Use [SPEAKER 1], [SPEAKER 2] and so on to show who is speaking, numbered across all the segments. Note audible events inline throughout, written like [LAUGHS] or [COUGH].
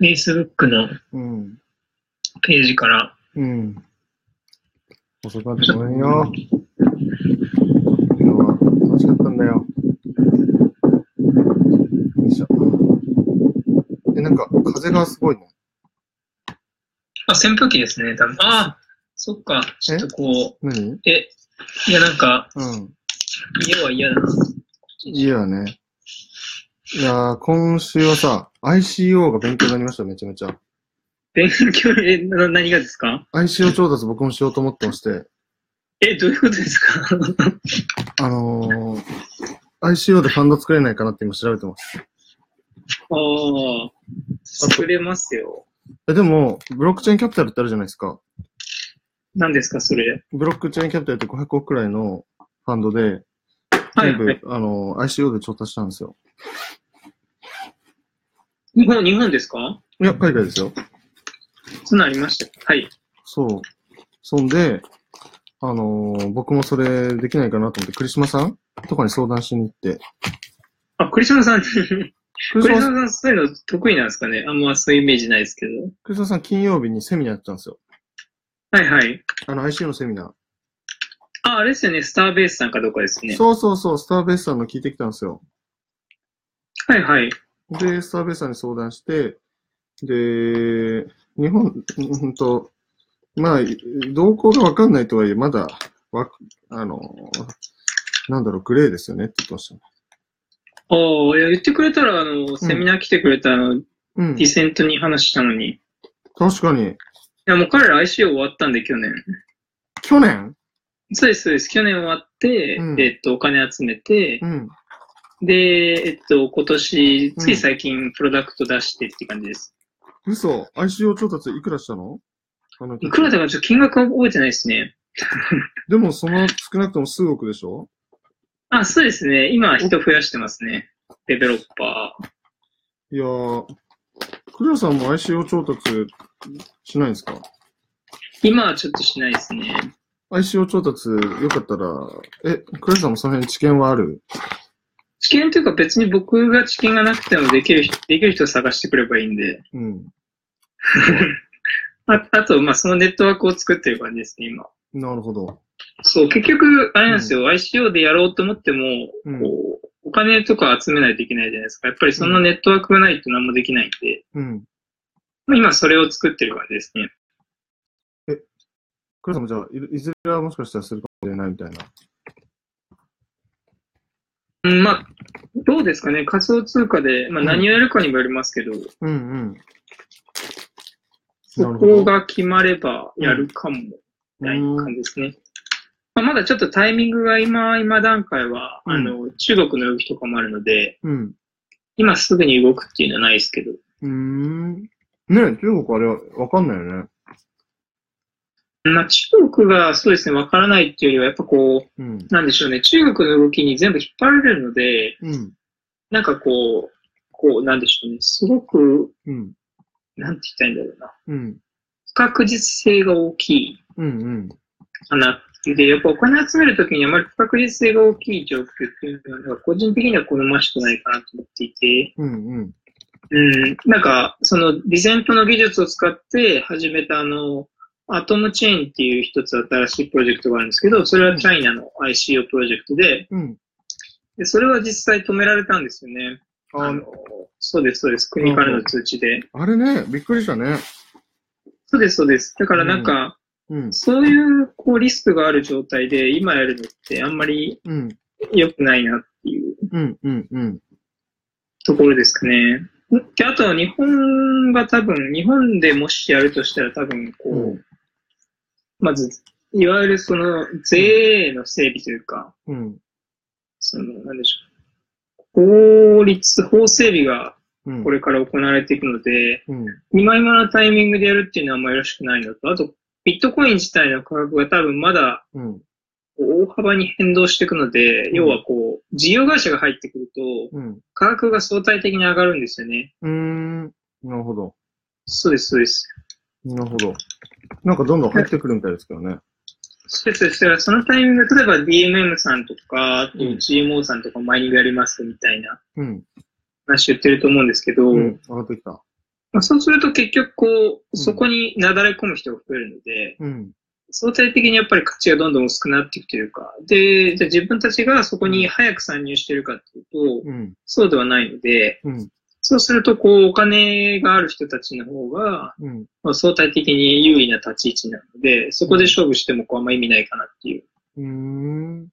[SPEAKER 1] Facebook の
[SPEAKER 2] うん。
[SPEAKER 1] ページから、
[SPEAKER 2] うん。遅かった。ごめんよ。昨日は楽しかったんだよ。よいしょ。え、なんか、風がすごいね。
[SPEAKER 1] あ、扇風機ですね、多分。ああ、そっか。ちょっとこ
[SPEAKER 2] 何
[SPEAKER 1] う、え、いやなんか、
[SPEAKER 2] うん。
[SPEAKER 1] 家は嫌だな。
[SPEAKER 2] いやね。いやー、今週はさ、ICO が勉強になりました、めちゃめちゃ。
[SPEAKER 1] 勉強、え、な何がですか
[SPEAKER 2] ICO 調達僕もしようと思ってまして、
[SPEAKER 1] え、どういうことですか
[SPEAKER 2] あのー、ICO でファンド作れないかなって今調べてます。
[SPEAKER 1] [LAUGHS] ああ、作れますよ。
[SPEAKER 2] え、でも、ブロックチェーンキャピタルってあるじゃないですか。
[SPEAKER 1] 何ですか、それ。
[SPEAKER 2] ブロックチェーンキャピタルって500億くらいのファンドで、
[SPEAKER 1] はい
[SPEAKER 2] 全部、
[SPEAKER 1] はい
[SPEAKER 2] あのー、ICO で調達したんですよ。
[SPEAKER 1] 日本、日本ですか
[SPEAKER 2] いや、海外ですよ。
[SPEAKER 1] そんなんありました。はい。
[SPEAKER 2] そう。そんで、あのー僕もそれできないかなと思って、クリスマさんとかに相談しに行って。
[SPEAKER 1] あ、クリスマ [LAUGHS] さん、ク
[SPEAKER 2] クリス
[SPEAKER 1] リス
[SPEAKER 2] マ
[SPEAKER 1] マ
[SPEAKER 2] さ
[SPEAKER 1] さ
[SPEAKER 2] ん、
[SPEAKER 1] ん、そういうの得意なんですかねあんまそういうイメージないですけど。
[SPEAKER 2] クリスマさん金曜日にセミナーやってたんですよ。
[SPEAKER 1] はいはい。
[SPEAKER 2] あの、ICO のセミナ
[SPEAKER 1] あ、あれですよね、スターベースさんかどうかです
[SPEAKER 2] ー。
[SPEAKER 1] ね。
[SPEAKER 2] そうそうそう、スターベースさんの聞いてきたんですよ。
[SPEAKER 1] はいはい。
[SPEAKER 2] で、スターベースさんに相談して、で、日本、ほんと、まあ、動向がわかんないとはいえ、まだ、わ、あの、なんだろう、グレーですよねって言ってましたね。
[SPEAKER 1] おーいや、言ってくれたら、あの、セミナー来てくれた、あの、
[SPEAKER 2] うん
[SPEAKER 1] ディ。セントに話したのに。い
[SPEAKER 2] 確かに、
[SPEAKER 1] や、もう彼ら ICO 終わったんで、去年。
[SPEAKER 2] 去年
[SPEAKER 1] そうです、そうです。去年終わって、
[SPEAKER 2] うん
[SPEAKER 1] えっと、お金集めて、
[SPEAKER 2] うん。
[SPEAKER 1] で、えっと、今年、
[SPEAKER 2] うん
[SPEAKER 1] つい最近、プロダクト出してって感じです。
[SPEAKER 2] 嘘 ?ICO 調達いくらしたのあの
[SPEAKER 1] いくらだかちょっと金額は覚えてないですね。
[SPEAKER 2] でも、その少なくとも数億でしょ
[SPEAKER 1] あ、そうですね。今、人増やしてますね。デベロッパー。
[SPEAKER 2] いやー、クリアさんも ICO 調達しないんですか
[SPEAKER 1] 今はちょっとしないですね。
[SPEAKER 2] ICO 調達よかったら、え、クレさんもその辺知見はある
[SPEAKER 1] 知見というか別に僕が知見がなくてもできる人、できる人を探してくればいいんで。
[SPEAKER 2] うん。
[SPEAKER 1] ああと、まあ、そのネットワークを作ってる感じですね、今。
[SPEAKER 2] なるほど。
[SPEAKER 1] そう、結局、あれなんですよ、ICO でやろうと思っても、
[SPEAKER 2] うん
[SPEAKER 1] こう、お金とか集めないといけないじゃないですか。やっぱりそのネットワークがないと何もできないんで、
[SPEAKER 2] うん。
[SPEAKER 1] まあ今それを作ってる感じですね。
[SPEAKER 2] クレさんもじゃあ、いいずれはもしかしたらするかもしれないみたいな。
[SPEAKER 1] うん、まあ、どうですかね、仮想通貨で、まあ
[SPEAKER 2] うん
[SPEAKER 1] 何をやるかにもよりますけど、
[SPEAKER 2] うん
[SPEAKER 1] そ
[SPEAKER 2] なるほど
[SPEAKER 1] こが決まればやるかも、み
[SPEAKER 2] う
[SPEAKER 1] たい
[SPEAKER 2] ん。
[SPEAKER 1] な
[SPEAKER 2] う
[SPEAKER 1] 感
[SPEAKER 2] ん
[SPEAKER 1] じですね。まあまだちょっとタイミングが今、今段階は、
[SPEAKER 2] うん
[SPEAKER 1] あの、中国の動きとかもあるので、
[SPEAKER 2] うん。
[SPEAKER 1] 今すぐに動くっていうのはないですけど、
[SPEAKER 2] うーん。ねえ中国あれわかんないよね。
[SPEAKER 1] まあ中国がそうですね、わからないっていうよりは、やっぱこう、
[SPEAKER 2] うん。
[SPEAKER 1] なんでしょうね、中国の動きに全部引っ張られるので、
[SPEAKER 2] うん。
[SPEAKER 1] なんかこう、こう、なんでしょうね、すごく、
[SPEAKER 2] うん。
[SPEAKER 1] なんて言ったらいいんだろうな、
[SPEAKER 2] うん。
[SPEAKER 1] 不確実性が大きい
[SPEAKER 2] うん。うん。
[SPEAKER 1] かなっていう。で、やっぱお金集めるときにあまり不確実性が大きい状況っていうのは、なんか個人的には好ましくないかなと思っていて、
[SPEAKER 2] うん。うん。
[SPEAKER 1] うん、なんか、その、ディセントの技術を使って始めたあの、アトムチェーンっていう一つ新しいプロジェクトがあるんですけど、それはチャイナの ICO プロジェクトで、
[SPEAKER 2] うん。
[SPEAKER 1] でそれは実際止められたんですよね。あ
[SPEAKER 2] あ
[SPEAKER 1] の、そうです、そうです。国からの通知で。
[SPEAKER 2] あれね、びっくりしたね。
[SPEAKER 1] そうです、そうです。だからなんか、
[SPEAKER 2] うん。
[SPEAKER 1] そういう、こう、リスクがある状態で、今やるのってあんまり
[SPEAKER 2] うん。
[SPEAKER 1] 良くないなっていう
[SPEAKER 2] うん。うん。うん。
[SPEAKER 1] ところですかね。で、あとは日本が多分、日本でもしやるとしたら多分、こう、
[SPEAKER 2] うん
[SPEAKER 1] まず、いわゆるその、税の整備というか、
[SPEAKER 2] うん。
[SPEAKER 1] その、なんでしょう。法律、法整備が
[SPEAKER 2] うん。
[SPEAKER 1] これから行われていくので、
[SPEAKER 2] うん。
[SPEAKER 1] 今今のタイミングでやるっていうのはあんまよろしくないのと、あと、ビットコイン自体の価格が多分まだ
[SPEAKER 2] うん。
[SPEAKER 1] 大幅に変動していくので、
[SPEAKER 2] ん
[SPEAKER 1] 要はこう、事業会社が入ってくると、
[SPEAKER 2] うん。
[SPEAKER 1] 価格が相対的に上がるんですよね。
[SPEAKER 2] うーん。なるほど。
[SPEAKER 1] そうです、そうです。
[SPEAKER 2] なるほど。なんかどんどん入ってくるみたいですけどね。
[SPEAKER 1] そうです、そうです。そのタイミング、例えば DMM さんとか、あと
[SPEAKER 2] うん
[SPEAKER 1] GMO さんとかマイニングやりますみたいな
[SPEAKER 2] うん。
[SPEAKER 1] 話言ってると思うんですけど、
[SPEAKER 2] うん。上がってきた。
[SPEAKER 1] まあ、そうすると結局こう、そこになだれ込む人が増えるので、
[SPEAKER 2] うん。
[SPEAKER 1] 相対的にやっぱり価値がどんどん薄くなっていくというか、で、じゃあ自分たちがそこに早く参入してるかっていうと、
[SPEAKER 2] うん。
[SPEAKER 1] そうではないので、
[SPEAKER 2] うん。
[SPEAKER 1] そうするとこう、お金がある人たちの方が、
[SPEAKER 2] うん。
[SPEAKER 1] まあ、相対的に優位な立ち位置なので、そこで勝負してもこうあんま意味ないかなっていう、
[SPEAKER 2] うーん。なる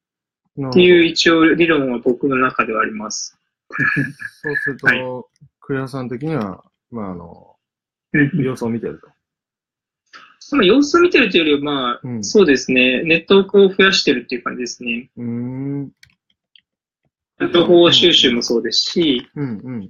[SPEAKER 2] ほど
[SPEAKER 1] っていう一応理論は僕の中ではあります。
[SPEAKER 2] そうすると、
[SPEAKER 1] は
[SPEAKER 2] クリアさん的には、まあ、あの、
[SPEAKER 1] うん
[SPEAKER 2] 様子を見てると。
[SPEAKER 1] その様子を見てるというよりは、まあ、
[SPEAKER 2] うん
[SPEAKER 1] そうですね、ネットワークを増やしてるっていう感じですね。
[SPEAKER 2] うーん。
[SPEAKER 1] 情報収集もそうですし、
[SPEAKER 2] うん。うん。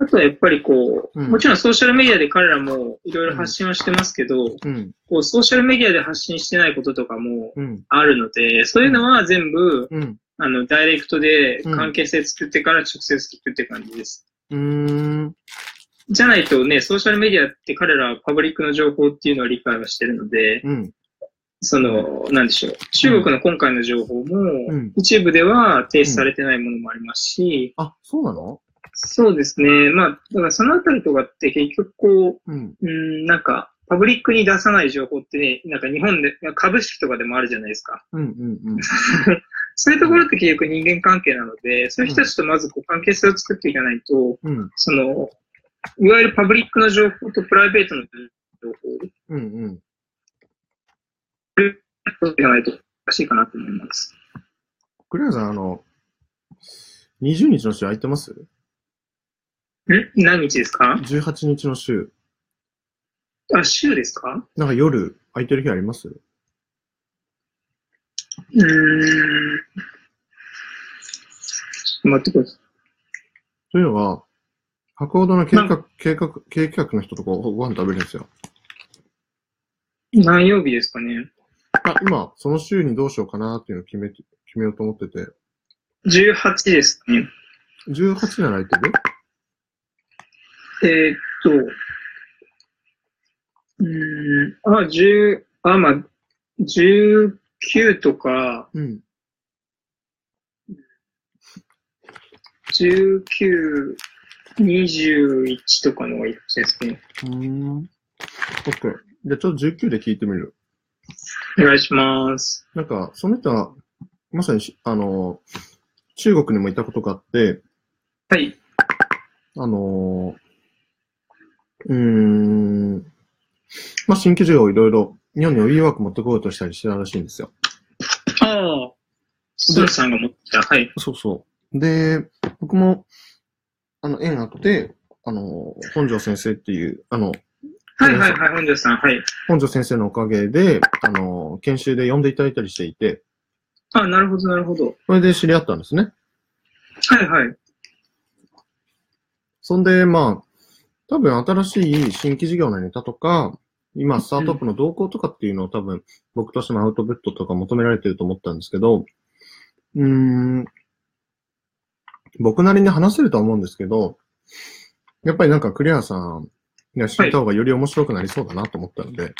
[SPEAKER 1] あとはやっぱりこう、
[SPEAKER 2] うん
[SPEAKER 1] もちろんソーシャルメディアで彼らもいろいろ発信はしてますけど、
[SPEAKER 2] うん。
[SPEAKER 1] こうソーシャルメディアで発信してないこととかも
[SPEAKER 2] うん。
[SPEAKER 1] あるので、そういうのは全部、
[SPEAKER 2] うん。
[SPEAKER 1] あの、ダイレクトで
[SPEAKER 2] うん
[SPEAKER 1] 関係性作ってから直接聞くって感じです。
[SPEAKER 2] うーん。
[SPEAKER 1] じゃないとね、ソーシャルメディアって彼らはパブリックの情報っていうのを理解はしてるので、
[SPEAKER 2] うん。
[SPEAKER 1] その、なんでしょう。中国の今回の情報
[SPEAKER 2] う
[SPEAKER 1] も
[SPEAKER 2] ん、
[SPEAKER 1] 一部では提出されてないものもありますし、
[SPEAKER 2] あ、そうなの
[SPEAKER 1] そうですね。まあ、だからそのあたりとかって結局こ
[SPEAKER 2] うん。
[SPEAKER 1] う、うん、なんか、パブリックに出さない情報ってね、なんか日本で、株式とかでもあるじゃないですか。
[SPEAKER 2] うん。うん。うん。
[SPEAKER 1] そういうところって結局人間関係なので、そういう人たちとまずこう関係性を作っていかないと、
[SPEAKER 2] うん。
[SPEAKER 1] その、いわゆるパブリックの情報とプライベートの情報
[SPEAKER 2] うん。
[SPEAKER 1] を
[SPEAKER 2] うん。
[SPEAKER 1] 取っていかないとおかしいかなと思います。
[SPEAKER 2] クリアさん、あの、20日の週空いてます
[SPEAKER 1] ん何日ですか
[SPEAKER 2] ?18 日の週。
[SPEAKER 1] あ、週ですか
[SPEAKER 2] なんか夜空いてる日あります
[SPEAKER 1] うーん。ちょっと待ってください。
[SPEAKER 2] というのは、博報堂の計画、計画、計画の人とこうご飯食べるんですよ。
[SPEAKER 1] 何曜日ですかね。
[SPEAKER 2] あ、今、その週にどうしようかなっていうのを決めて、決めようと思ってて。
[SPEAKER 1] 18ですね。
[SPEAKER 2] 18なら空いてる
[SPEAKER 1] えーっと、うーん、あ、10、あ、まあ、19とか、
[SPEAKER 2] うん。
[SPEAKER 1] 19、21とかのがいいですね。
[SPEAKER 2] うん。OK。じゃあちょっと19で聞いてみる。
[SPEAKER 1] お願いします。
[SPEAKER 2] なんか、その人は、まさにし、あの、中国にもいたことがあって、
[SPEAKER 1] はい。
[SPEAKER 2] あの、うーん、まあ、新規事業をいろいろ、日本に WeWork 持ってこようとしたりしてたらしいんですよ。
[SPEAKER 1] ああ、スーさんが持ってた。はい。
[SPEAKER 2] そうそう。で、僕も、あの、縁あって、あの、本庄先生っていう、あの、
[SPEAKER 1] はいはいはい、本庄さん。はい。
[SPEAKER 2] 本庄先生のおかげで、あの、研修で呼んでいただいたりしていて、
[SPEAKER 1] あなるほどなるほど。
[SPEAKER 2] それで知り合ったんですね。
[SPEAKER 1] はいはい。
[SPEAKER 2] そんで、まあ、多分新しい新規事業のネタとか、今、スタートアップの動向とかっていうのを多分、僕としてのアウトプットとか求められてると思ったんですけど、うーん、僕なりに話せるとは思うんですけど、やっぱりなんかクリアさんが知れた方がより面白くなりそうだなと思ったので、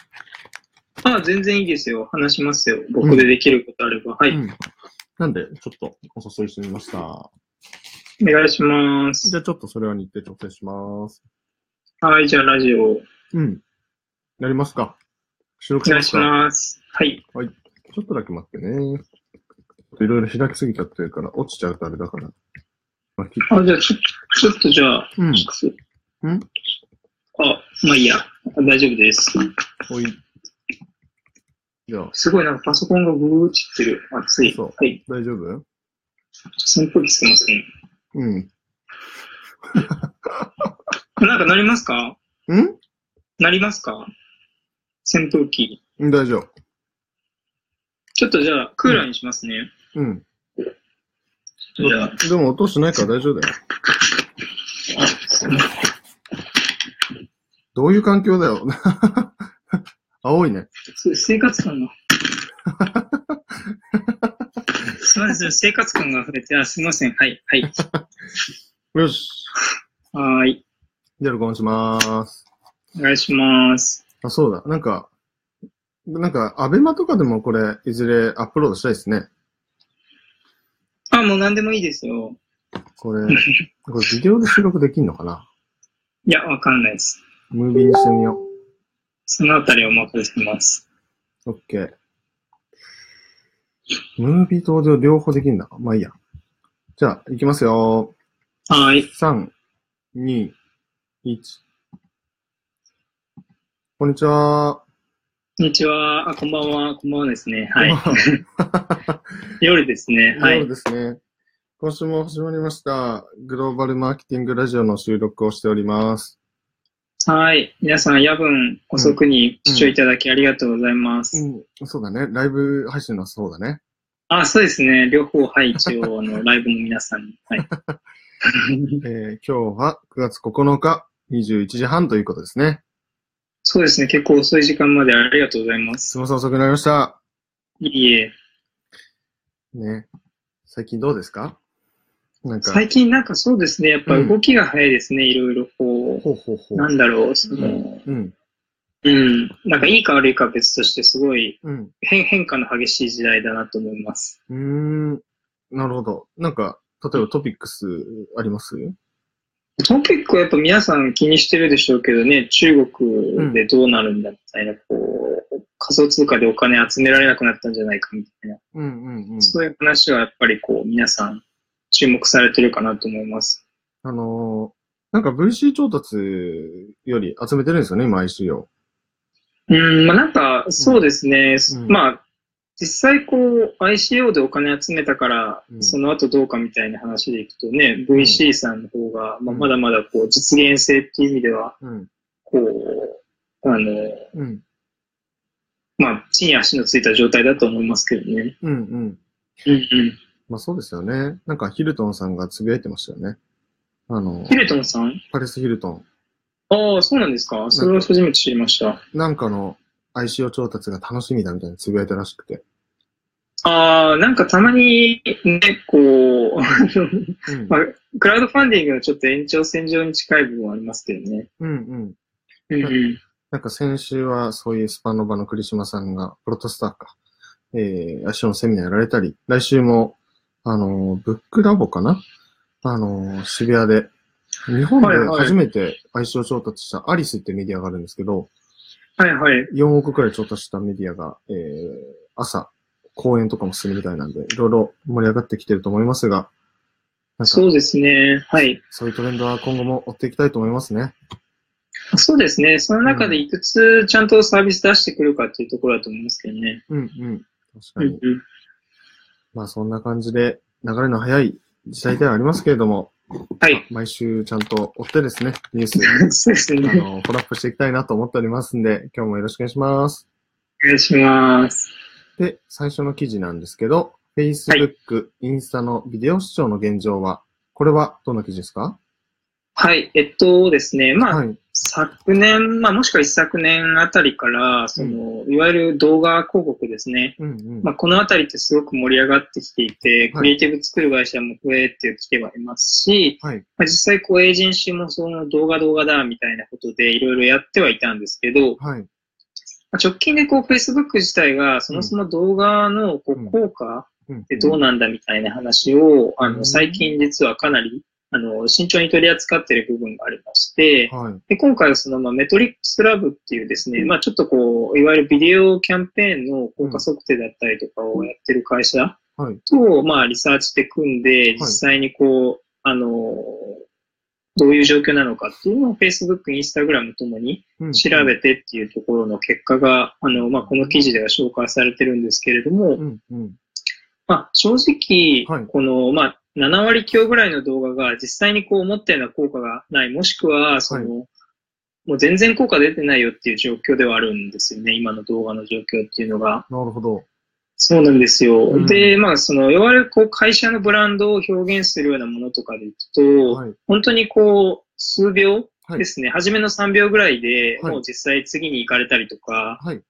[SPEAKER 1] ああ、全然いいですよ。話しますよ。僕でできることあれば。は
[SPEAKER 2] う
[SPEAKER 1] い。
[SPEAKER 2] んなんで、ちょっとお誘いしてみました。
[SPEAKER 1] お願いします
[SPEAKER 2] じ。ゃあちょっとそれは日程調整します。
[SPEAKER 1] はい、じゃあラジオお
[SPEAKER 2] うん。やりますか。収録し
[SPEAKER 1] 願
[SPEAKER 2] ま
[SPEAKER 1] い
[SPEAKER 2] す
[SPEAKER 1] し
[SPEAKER 2] か。
[SPEAKER 1] ます。はい。
[SPEAKER 2] ちょっとだけ待ってね。いろいろ開きすぎちゃってるから、落ちちゃうとあれだから。まあ、き
[SPEAKER 1] あ、じゃあちょ、ちょっとじゃあ、
[SPEAKER 2] うん。
[SPEAKER 1] うんあ、まあいいや。大丈夫です。
[SPEAKER 2] おい。じゃあ、
[SPEAKER 1] すごいなんかパソコンがブーッてってる。熱い。
[SPEAKER 2] そう
[SPEAKER 1] はい。
[SPEAKER 2] 大丈夫
[SPEAKER 1] 扇風機つけますね。
[SPEAKER 2] うん。
[SPEAKER 1] なんかなりますか
[SPEAKER 2] ん
[SPEAKER 1] なりますか扇風機。
[SPEAKER 2] 大丈夫。
[SPEAKER 1] ちょっとじゃあ、クーラーにしますね。
[SPEAKER 2] うん。
[SPEAKER 1] じゃあ、
[SPEAKER 2] でも音しないから大丈夫だよ。どういう環境だよ。 [LAUGHS] 青いね。
[SPEAKER 1] す生活感
[SPEAKER 2] [LAUGHS]
[SPEAKER 1] が。すみません、生活感が溢れて、あ、すみません。はい、はい。
[SPEAKER 2] よし。
[SPEAKER 1] はーい。
[SPEAKER 2] じゃあ録音しまーす。
[SPEAKER 1] お願いします。
[SPEAKER 2] あ、そうだ。なんか、なんか、アベマとかでもこれ、いずれアップロードしたいですね。
[SPEAKER 1] あ、もう何でもいいですよ。 [LAUGHS]
[SPEAKER 2] これ、これビデオで収録できんのかない
[SPEAKER 1] や、わかんないです。
[SPEAKER 2] ムービーにしてみよ
[SPEAKER 1] そのあたりお任せしてます。
[SPEAKER 2] う。OK。ムービーとオーディオ両方できるんだ。まあいいや。じゃあ、いきますよ。
[SPEAKER 1] はい。
[SPEAKER 2] 3、2、1。こんにちは。
[SPEAKER 1] こんにちは。あ、こんばんは。こんばんはですね。
[SPEAKER 2] [LAUGHS]
[SPEAKER 1] はい。
[SPEAKER 2] い。
[SPEAKER 1] 夜ですね。は
[SPEAKER 2] そ。
[SPEAKER 1] いう
[SPEAKER 2] ですね。今週も始まりました。グローバルマーケティングラジオの収録をしております。
[SPEAKER 1] はい。皆さん、夜分遅くに視聴いただきありがとうございます。
[SPEAKER 2] うん、そうだね。ライブ配信のそう
[SPEAKER 1] [LAUGHS]
[SPEAKER 2] だね。
[SPEAKER 1] あ、そうですね。両方、はい。一応、あの、ライブの皆さんに。はい。
[SPEAKER 2] えー今日は9月9日21時半ということですね。
[SPEAKER 1] そうですね。結構遅い時間までありがとうございます。
[SPEAKER 2] すみません、遅くなりました。
[SPEAKER 1] いいえ。
[SPEAKER 2] ね。最近どうですかなんか、
[SPEAKER 1] 最近なんかそうですね。やっぱ動きが早いですね。いろいろこ
[SPEAKER 2] ほうほうほ
[SPEAKER 1] う。な
[SPEAKER 2] う。
[SPEAKER 1] んだろう。その、
[SPEAKER 2] うん、
[SPEAKER 1] うん。なんかいいか悪いかは別として、すごい
[SPEAKER 2] うん。
[SPEAKER 1] 変変化の激しい時代だなと思います。
[SPEAKER 2] うーん。なるほど。なんか、例えばトピックスあります
[SPEAKER 1] トピックはやっぱ皆さん気にしてるでしょうけどね、中国でどうなるんだみたいな、こう、仮想通貨でお金集められなくなったんじゃないかみたいな、
[SPEAKER 2] うんうんうん。
[SPEAKER 1] そういう話はやっぱりこう、皆さん注目されてるかなと思います。
[SPEAKER 2] あのーなんか VC 調達より集めてるんですよね、今 IC を。
[SPEAKER 1] うん、まあなんか、そうですね、
[SPEAKER 2] うん
[SPEAKER 1] まあ、実際こう、ICO でお金集めたから
[SPEAKER 2] う、ん
[SPEAKER 1] その後どうかみたいな話でいくとね、VC さんの方が、まあまだまだこう、実現性っていう意味では、
[SPEAKER 2] うん。
[SPEAKER 1] こう、あの、
[SPEAKER 2] うん。
[SPEAKER 1] まあ、地に足のついた状態だと思いますけどね。
[SPEAKER 2] うんうん。
[SPEAKER 1] うんうん。
[SPEAKER 2] まあそうですよね。なんかヒルトンさんがつぶやいてましたよね。あの、
[SPEAKER 1] ヒルトンさん
[SPEAKER 2] パレスヒルトン。
[SPEAKER 1] ああ、そうなんですか。それは初めて知りました。
[SPEAKER 2] なんかの ICO 調達が楽しみだみたいにつぶやいたらしくて。
[SPEAKER 1] ああ、なんかたまに、ね、こう、 [LAUGHS] あの
[SPEAKER 2] うん。
[SPEAKER 1] まあ、クラウドファンディングのちょっと延長線上に近い部分はありますけどね。
[SPEAKER 2] うんうん。
[SPEAKER 1] うんうん。
[SPEAKER 2] なんか先週はそういうスパノバの栗島さんが、プロトスターか、えー、足のセミナーやられたり、来週も、あのー、ブックラボかなあのー、渋谷で、日本
[SPEAKER 1] は
[SPEAKER 2] で
[SPEAKER 1] いはい
[SPEAKER 2] 初めて ICO 調達したアリスってメディアがあるんですけど、
[SPEAKER 1] はいはい。
[SPEAKER 2] 4億くらい調達したメディアが、えー、朝、講演とかもするみたいなんで、いろいろ盛り上がってきてると思いますが、なんか
[SPEAKER 1] そうですね。はい。
[SPEAKER 2] そういうトレンドは今後も追っていきたいと思いますね。
[SPEAKER 1] そうですね。その中でいくつちゃんとサービス出してくるかっていうところだと思いますけどね。
[SPEAKER 2] うんうん。確
[SPEAKER 1] う
[SPEAKER 2] かに。
[SPEAKER 1] んうん。
[SPEAKER 2] まあそんな感じで、流れの早い時代ではありますけれども、
[SPEAKER 1] はい。
[SPEAKER 2] 毎週ちゃんと追ってですね、ニュース、
[SPEAKER 1] [LAUGHS] そうです
[SPEAKER 2] あ
[SPEAKER 1] ね。
[SPEAKER 2] の、フォローアップしていきたいなと思っておりますんで、今日もよろしくお願いします。
[SPEAKER 1] お願いします。
[SPEAKER 2] で、最初の記事なんですけど、Facebook、インスタのビデオ視聴の現状は、これはどんな記事ですか
[SPEAKER 1] はい。えっとですね。まあ、
[SPEAKER 2] はい。
[SPEAKER 1] 昨年、まあ、もしくは一昨年あたりから、その、いわゆる動画広告ですね。
[SPEAKER 2] うんうん。
[SPEAKER 1] まあ、このあたりってすごく盛り上がってきていて、
[SPEAKER 2] はい
[SPEAKER 1] クリエイティブ作る会社も増えてきてはいますし、
[SPEAKER 2] はい。
[SPEAKER 1] まあ、実際こうエージェンシーもその動画動画だみたいなことでいろいろやってはいたんですけど、
[SPEAKER 2] はい。
[SPEAKER 1] まあ直近でこう Facebook 自体がそもそも動画のこ
[SPEAKER 2] う
[SPEAKER 1] うん効果
[SPEAKER 2] うん
[SPEAKER 1] ってどうなんだみたいな話を、あ
[SPEAKER 2] うん
[SPEAKER 1] の、最近実はかなり、あの、慎重に取り扱っている部分がありまして、
[SPEAKER 2] はい。
[SPEAKER 1] で今回はその、まあ、メトリックスラブっていうですね、まあ、ちょっとこう、いわゆるビデオキャンペーンの効果測定だったりとかをやってる会社
[SPEAKER 2] はい。
[SPEAKER 1] と、まあ、リサーチで組んで、実際にこう、あの、どういう状況なのかっていうのを Facebook、Instagram ともに
[SPEAKER 2] うん
[SPEAKER 1] 調べてっていうところの結果が、あの、まあ、この記事では紹介されてるんですけれども
[SPEAKER 2] う、んうん。
[SPEAKER 1] まあ、正直、
[SPEAKER 2] はい
[SPEAKER 1] この、まあ、7割強ぐらいの動画が実際にこう思ったような効果がない、もしくは、その、もう全然効果出てないよっていう状況ではあるんですよね、今の動画の状況っていうのが。
[SPEAKER 2] なるほど。
[SPEAKER 1] そうなんですよ。
[SPEAKER 2] うん
[SPEAKER 1] で、まあ、その、いわゆるこう会社のブランドを表現するようなものとかでいくと、
[SPEAKER 2] はい。
[SPEAKER 1] 本当にこう、数秒
[SPEAKER 2] はい
[SPEAKER 1] ですね、初めの3秒ぐらいで、
[SPEAKER 2] はい
[SPEAKER 1] もう実際次に行かれたりとか、
[SPEAKER 2] はい。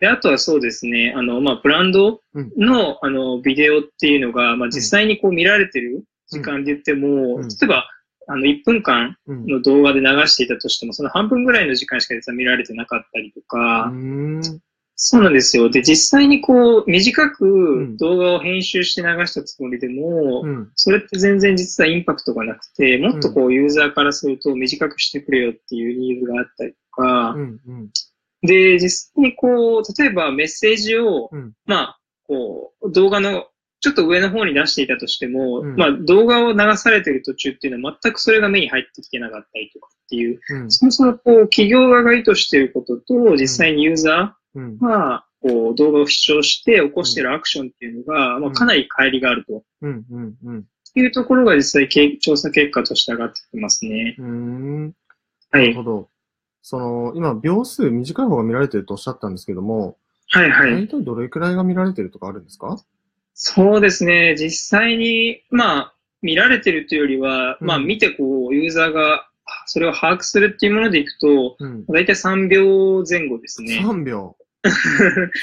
[SPEAKER 1] で、あとはそうですね、あの、まあ、ブランドの、あの、ビデオっていうのが、まあ、実際にこう見られてる時間で言っても、
[SPEAKER 2] うんうん
[SPEAKER 1] 例えば、あの、1分間
[SPEAKER 2] うん。う
[SPEAKER 1] の動画で流していたとしても、その半分ぐらいの時間しか実は見られてなかったりとか、
[SPEAKER 2] ーん。
[SPEAKER 1] そうなんですよ。で、実際にこう、短
[SPEAKER 2] ん
[SPEAKER 1] く動画を編集して流したつもりでも、
[SPEAKER 2] うん。
[SPEAKER 1] それって全然実はインパクトがなくて、もっとこう、ユーザーからすると短くしてくれよっていうニーズがあったりとか、
[SPEAKER 2] うん。うん。
[SPEAKER 1] で、実際にこう、例えばメッセージを、
[SPEAKER 2] うん
[SPEAKER 1] まあ、こう、動画のちょっと上の方に出していたとしても、
[SPEAKER 2] うん
[SPEAKER 1] まあ、動画を流されてる途中っていうのは全くそれが目に入ってきてなかったりとかっていう、
[SPEAKER 2] うん。
[SPEAKER 1] そもそもこう、企業側が意図していることと、実際にユーザ
[SPEAKER 2] うん
[SPEAKER 1] ー。が、こう、動画を視聴して起こしているアクションっていうのが、まあ、かなり乖離があると。
[SPEAKER 2] うん。うん。うん。
[SPEAKER 1] いうところが実際け、調査結果として上がってきてますね。
[SPEAKER 2] うーん。
[SPEAKER 1] は
[SPEAKER 2] ないる。ほど。その、今、秒数短い方が見られてるとおっしゃったんですけども、
[SPEAKER 1] はいはい。
[SPEAKER 2] 大体どれくらいが見られてるとかあるんですか
[SPEAKER 1] そうですね。実際に、まあ、見られてるというよりは、
[SPEAKER 2] うん
[SPEAKER 1] まあ、見てこう、ユーザーが、それを把握するっていうものでいくと、
[SPEAKER 2] うん。
[SPEAKER 1] だいたい3秒前後ですね。
[SPEAKER 2] 3秒。
[SPEAKER 1] [LAUGHS]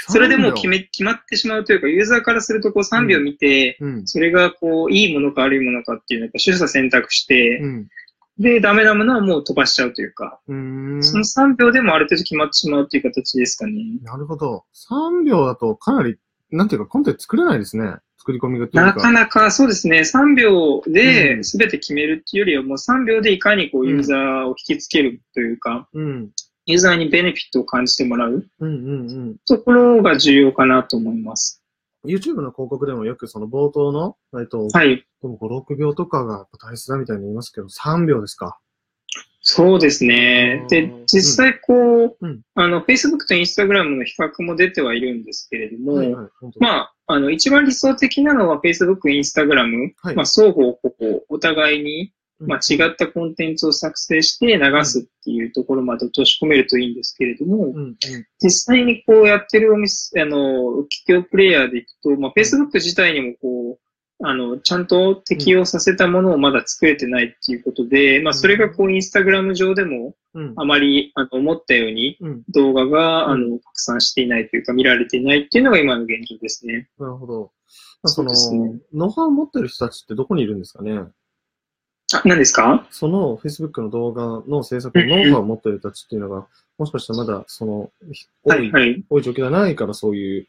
[SPEAKER 1] それでもう決
[SPEAKER 2] め、
[SPEAKER 1] め、決まってしまうというか、ユーザーからするとこう3秒見て、
[SPEAKER 2] うん。
[SPEAKER 1] それがこう、いいものか悪いものかっていうのをやっぱ取捨選択して、
[SPEAKER 2] うん。
[SPEAKER 1] で、ダメなものはもう飛ばしちゃうというか、
[SPEAKER 2] うーん。
[SPEAKER 1] その3秒でもある程度決まってしまうという形ですかね。
[SPEAKER 2] なるほど。3秒だとかなり、なんていうか、コンテンツ作れないですね。作り込みがという
[SPEAKER 1] なか
[SPEAKER 2] か。
[SPEAKER 1] なかそうですね、3秒
[SPEAKER 2] う
[SPEAKER 1] で
[SPEAKER 2] ん
[SPEAKER 1] 全て決めるっていうよりは、もう3秒でいかにこ
[SPEAKER 2] うん
[SPEAKER 1] うユーザーを引きつけるというか、
[SPEAKER 2] うん。
[SPEAKER 1] ユーザーにベネフィットを感じてもらう
[SPEAKER 2] うんうんうん。
[SPEAKER 1] ところが重要かなと思います。
[SPEAKER 2] YouTube の広告でもよくその冒頭の、えっと、
[SPEAKER 1] はい。
[SPEAKER 2] でも5、6秒とかが大切だみたいに言いますけど、3秒ですか。
[SPEAKER 1] そうですね
[SPEAKER 2] あー。
[SPEAKER 1] で、実際こう、
[SPEAKER 2] うん
[SPEAKER 1] あの、Facebook と Instagram の比較も出てはいるんですけれども、
[SPEAKER 2] はいはい。本当に
[SPEAKER 1] まあ、あの、一番理想的なのは Facebook、Instagram、
[SPEAKER 2] はい
[SPEAKER 1] まあ、双方ここ、お互いに、
[SPEAKER 2] うん
[SPEAKER 1] まあ、違ったコンテンツを作成して流すっていうところまで落とし込めるといいんですけれども、
[SPEAKER 2] うんうん。
[SPEAKER 1] 実際にこうやってるお店、あの、企業プレイヤーでいくと、まあ、Facebook 自体にもこう、あの、ちゃんと適用させたものをまだ作れてないっていうことで、まあ、それがこう、Instagram 上でも、
[SPEAKER 2] うん。
[SPEAKER 1] あまり、あの、思ったように、
[SPEAKER 2] うん。
[SPEAKER 1] 動画が、
[SPEAKER 2] うん
[SPEAKER 1] あの、拡散していないというか、見られていないっていうのが今の現状ですね。
[SPEAKER 2] なるほど。
[SPEAKER 1] そ
[SPEAKER 2] そうの
[SPEAKER 1] ですね、
[SPEAKER 2] ノウハウを持ってる人たちってどこにいるんですかね
[SPEAKER 1] あ、何ですか
[SPEAKER 2] その Facebook の動画の制作のノウハウを持ってる人たちっていうのが、もしかしたらまだ、その、多
[SPEAKER 1] はいい、はい。
[SPEAKER 2] 多い状況がないからそういう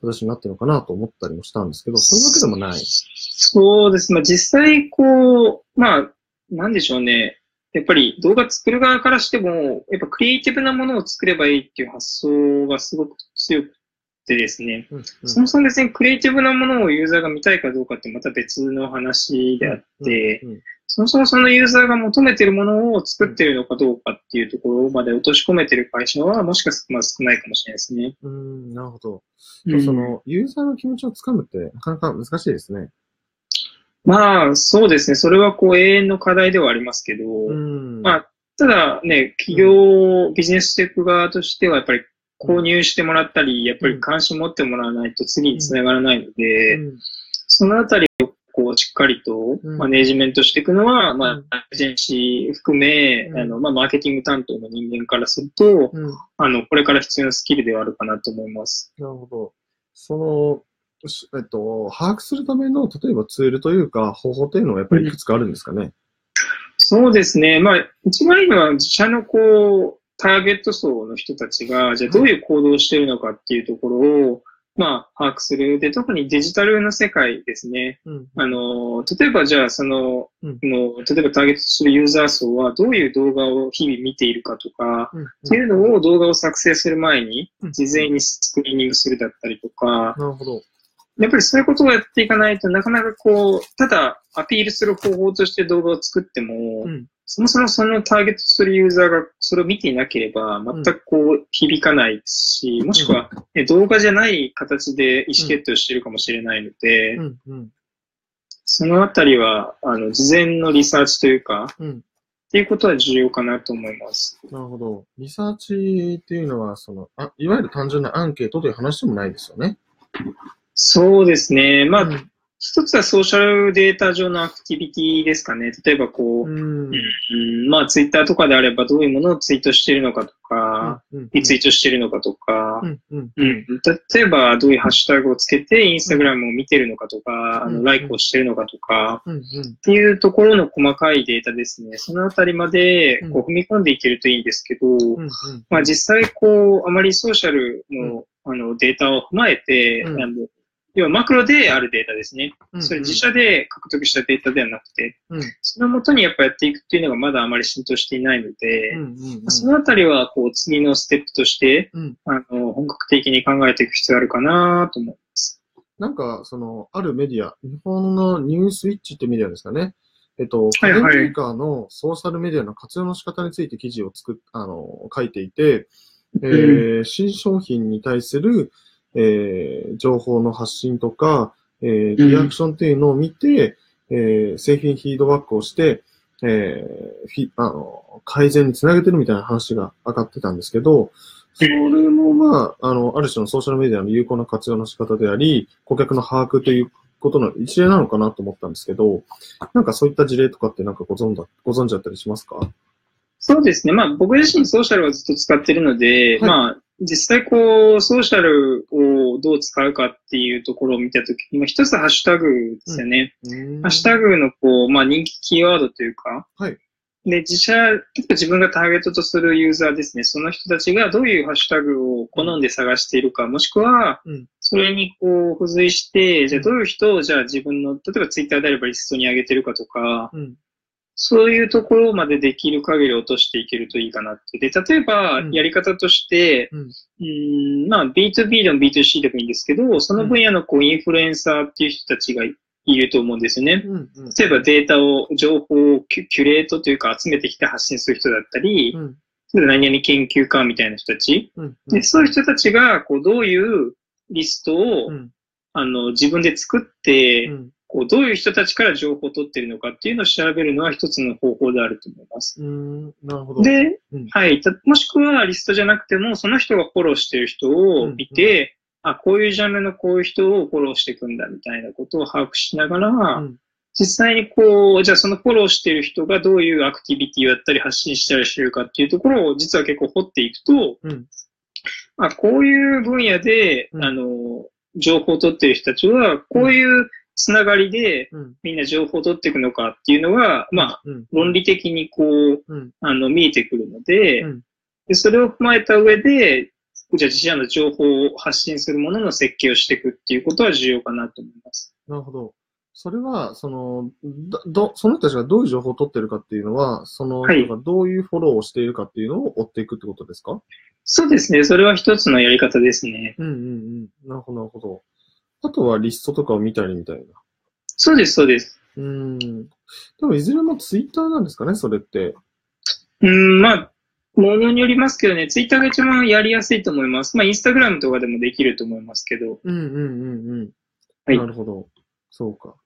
[SPEAKER 2] 形になってるのかなと思ったりもしたんですけど、そういうわけでもない。
[SPEAKER 1] そうです。まあ、実際、こう、まあ、なんでしょうね。やっぱり動画作る側からしても、やっぱクリエイティブなものを作ればいいっていう発想がすごく強くてですね。
[SPEAKER 2] うんうん
[SPEAKER 1] そもそも別にクリエイティブなものをユーザーが見たいかどうかってまた別の話であって、
[SPEAKER 2] うんうん
[SPEAKER 1] そもそもそのユーザーが求めてるものを作ってるのかどうかっていうところまで落とし込めてる会社はもしかするとまあ少ないかもしれないですね。
[SPEAKER 2] うん、なるほど。その、ユーザーの気持ちをつかむって、なかなか難しいですね。
[SPEAKER 1] まあ、そうですね。それはこう永遠の課題ではありますけど、
[SPEAKER 2] ん
[SPEAKER 1] まあただね、企業、ビジネステック側としては、やっぱり購入してもらったり、やっぱり関心持ってもらわないと次につながらないので、
[SPEAKER 2] うん
[SPEAKER 1] そのあたりをこうしっかりと
[SPEAKER 2] うん
[SPEAKER 1] マネージメントしていくのは、ま
[SPEAKER 2] うん
[SPEAKER 1] あ、エージェンシー含め、
[SPEAKER 2] うん
[SPEAKER 1] あの、まあ、マーケティング担当の人間からすると、
[SPEAKER 2] うん、な
[SPEAKER 1] あの、これから必要なスキルではあるかなと思います。
[SPEAKER 2] るほど。その、しえっと、把握するための、例えばツールというか、方法というのはやっぱりいくつかあるんですかね。
[SPEAKER 1] そうですね。まあ、一番いいのは自社のこう、ターゲット層の人たちが、じゃあどういう行動をしているのかっていうところを、まあ、把握する。で、特にデジタルの世界ですね。
[SPEAKER 2] うん
[SPEAKER 1] あの、例えばじゃあ、その、
[SPEAKER 2] うん
[SPEAKER 1] もう例えばターゲットするユーザー層はどういう動画を日々見ているかとか、
[SPEAKER 2] うん
[SPEAKER 1] っていうのを動画を作成する前に
[SPEAKER 2] うん、
[SPEAKER 1] 事前にスクリーニングするだったりとか、
[SPEAKER 2] なるほど。
[SPEAKER 1] やっぱりそういうことをやっていかないとなかなかこう、ただアピールする方法として動画を作っても、
[SPEAKER 2] うん
[SPEAKER 1] そもそもそのターゲットするユーザーがそれを見ていなければ全くこう響かないですし、もしくはね動画じゃない形で意思決定をしているかもしれないので、
[SPEAKER 2] うん、うん、
[SPEAKER 1] そのあたりは、あの、事前のリサーチというか、っ
[SPEAKER 2] うん。
[SPEAKER 1] ていうことは重要かなと思います。
[SPEAKER 2] なるほど。リサーチっていうのは、その、あいわゆる単純なアンケートという話でもないですよね。
[SPEAKER 1] そうですね。まあ、
[SPEAKER 2] うん
[SPEAKER 1] 一つはソーシャルデータ上のアクティビティですかね。例えばこう、
[SPEAKER 2] う
[SPEAKER 1] う
[SPEAKER 2] ん。
[SPEAKER 1] んまあ、ツイッターとかであればどういうものをツイートしているのかとか、
[SPEAKER 2] うん
[SPEAKER 1] リツイートしているのかとか
[SPEAKER 2] う、ん、うん、
[SPEAKER 1] うん例えばどういうハッシュタグをつけてインスタグラムを見てるのかとか、あ
[SPEAKER 2] う
[SPEAKER 1] の
[SPEAKER 2] ん
[SPEAKER 1] ライクをしているのかとか、
[SPEAKER 2] うん、うん。
[SPEAKER 1] っていうところの細かいデータですね。そのあたりまで
[SPEAKER 2] うん
[SPEAKER 1] こう踏み込んでいけるといいんですけど、
[SPEAKER 2] うん、
[SPEAKER 1] まあ実際こう、あまりソーシャルのあのデータを踏まえて、
[SPEAKER 2] うん
[SPEAKER 1] なんで要はマクロであるデータですね。
[SPEAKER 2] うん
[SPEAKER 1] それ自社で獲得したデータではなくて、
[SPEAKER 2] うん
[SPEAKER 1] そのもとにやっぱやっていくっていうのがまだあまり浸透していないので、
[SPEAKER 2] うんうんうん
[SPEAKER 1] まあそのあたりはこう次のステップとして、
[SPEAKER 2] うん
[SPEAKER 1] あの本格的に考えていく必要あるかなと思います。
[SPEAKER 2] なんか、その、あるメディア、日本のニュースイッチってメディアですかね。えっと、
[SPEAKER 1] は
[SPEAKER 2] 家
[SPEAKER 1] いはい
[SPEAKER 2] 電メーカーのソーシャルメディアの活用の仕方について記事を作っ、あの、書いていて、えー新商品に対する、えー情報の発信とか、えー
[SPEAKER 1] うん
[SPEAKER 2] リアクションっていうのを見て、えー製品フィードバックをして、えーフィあの改善につなげてるみたいな話が上がってたんですけど、それもまあ、あの、ある種のソーシャルメディアの有効な活用の仕方であり、顧客の把握ということの一例なのかなと思ったんですけど、なんかそういった事例とかってなんかご存だご存知だったりしますか
[SPEAKER 1] そうですね。まあ僕自身ソーシャルはずっと使ってるので、
[SPEAKER 2] はい
[SPEAKER 1] まあ実際こうソーシャルをどう使うかっていうところを見たときに、まあ一つハッシュタグですよね。ハッシュタグのこう、まあ、人気キーワードというか、
[SPEAKER 2] はい
[SPEAKER 1] で、自社、例えば自分がターゲットとするユーザーですね、その人たちがどういうハッシュタグを好んで探しているか、もしくは
[SPEAKER 2] うん、
[SPEAKER 1] それにこう、付随して、じゃあどういう人を、じゃあ自分の、例えばツイッターであればリストに上げてるかとか、
[SPEAKER 2] うん。
[SPEAKER 1] そういうところまでできる限り落としていけるといいかなって。で、例えば
[SPEAKER 2] う、ん
[SPEAKER 1] やり方として、
[SPEAKER 2] うん
[SPEAKER 1] うーん、まあ、B2B でも B2C でもいいんですけど、その分野のこう、インフルエンサーっていう人たちがいいると思うんですよね。
[SPEAKER 2] うん。うん。
[SPEAKER 1] 例えばデータを、情報をキュキュレートというか集めてきて発信する人だったり、
[SPEAKER 2] うん。
[SPEAKER 1] 何々研究家みたいな人たち、
[SPEAKER 2] うん。
[SPEAKER 1] でそういう人たちがこうどういうリストを、
[SPEAKER 2] うん。
[SPEAKER 1] あの自分で作って、
[SPEAKER 2] うん。
[SPEAKER 1] こうどういう人たちから情報を取ってるのかっていうのを調べるのは一つの方法であると思います。
[SPEAKER 2] うん。なるほど。
[SPEAKER 1] で、
[SPEAKER 2] うん
[SPEAKER 1] はい、たもしくはリストじゃなくても、その人がフォローしてる人を見て、あ、こういうジャンルのこういう人をフォローしていくんだみたいなことを把握しながら、
[SPEAKER 2] うん
[SPEAKER 1] 実際にこう、じゃあそのフォローしてる人がどういうアクティビティをやったり発信したりしてるかっていうところを実は結構掘っていくと、
[SPEAKER 2] うん
[SPEAKER 1] あこういう分野で、
[SPEAKER 2] うん
[SPEAKER 1] あの、情報を取ってる人たちは、こういうつながりで
[SPEAKER 2] うん。
[SPEAKER 1] みんな情報を取っていくのかっていうのが、まあ、
[SPEAKER 2] うん。
[SPEAKER 1] 論理的にこう、
[SPEAKER 2] うん。
[SPEAKER 1] あの、見えてくるので、
[SPEAKER 2] うん
[SPEAKER 1] でそれを踏まえた上で、じゃあ自社の情報を発信するものの設計をしていくっていうことは重要かなと思います。
[SPEAKER 2] なるほど。それは、その、どど、その人たちがどういう情報を取ってるかっていうのは、その
[SPEAKER 1] はい
[SPEAKER 2] 人がどういうフォローをしているかっていうのを追っていくってことですか
[SPEAKER 1] そうですね。それは一つのやり方ですね。
[SPEAKER 2] うんうんうん。なるほど、なるほど。あとはリストとかを見たりみたいな。
[SPEAKER 1] そうです、そうです。
[SPEAKER 2] うん。でも、いずれもツイッターなんですかね、それって。
[SPEAKER 1] うん、まあ、ものによりますけどね、ツイッターが一番やりやすいと思います。まあ、インスタグラムとかでもできると思いますけど。
[SPEAKER 2] うんうんうんうん。
[SPEAKER 1] はい
[SPEAKER 2] なるほど。そうか。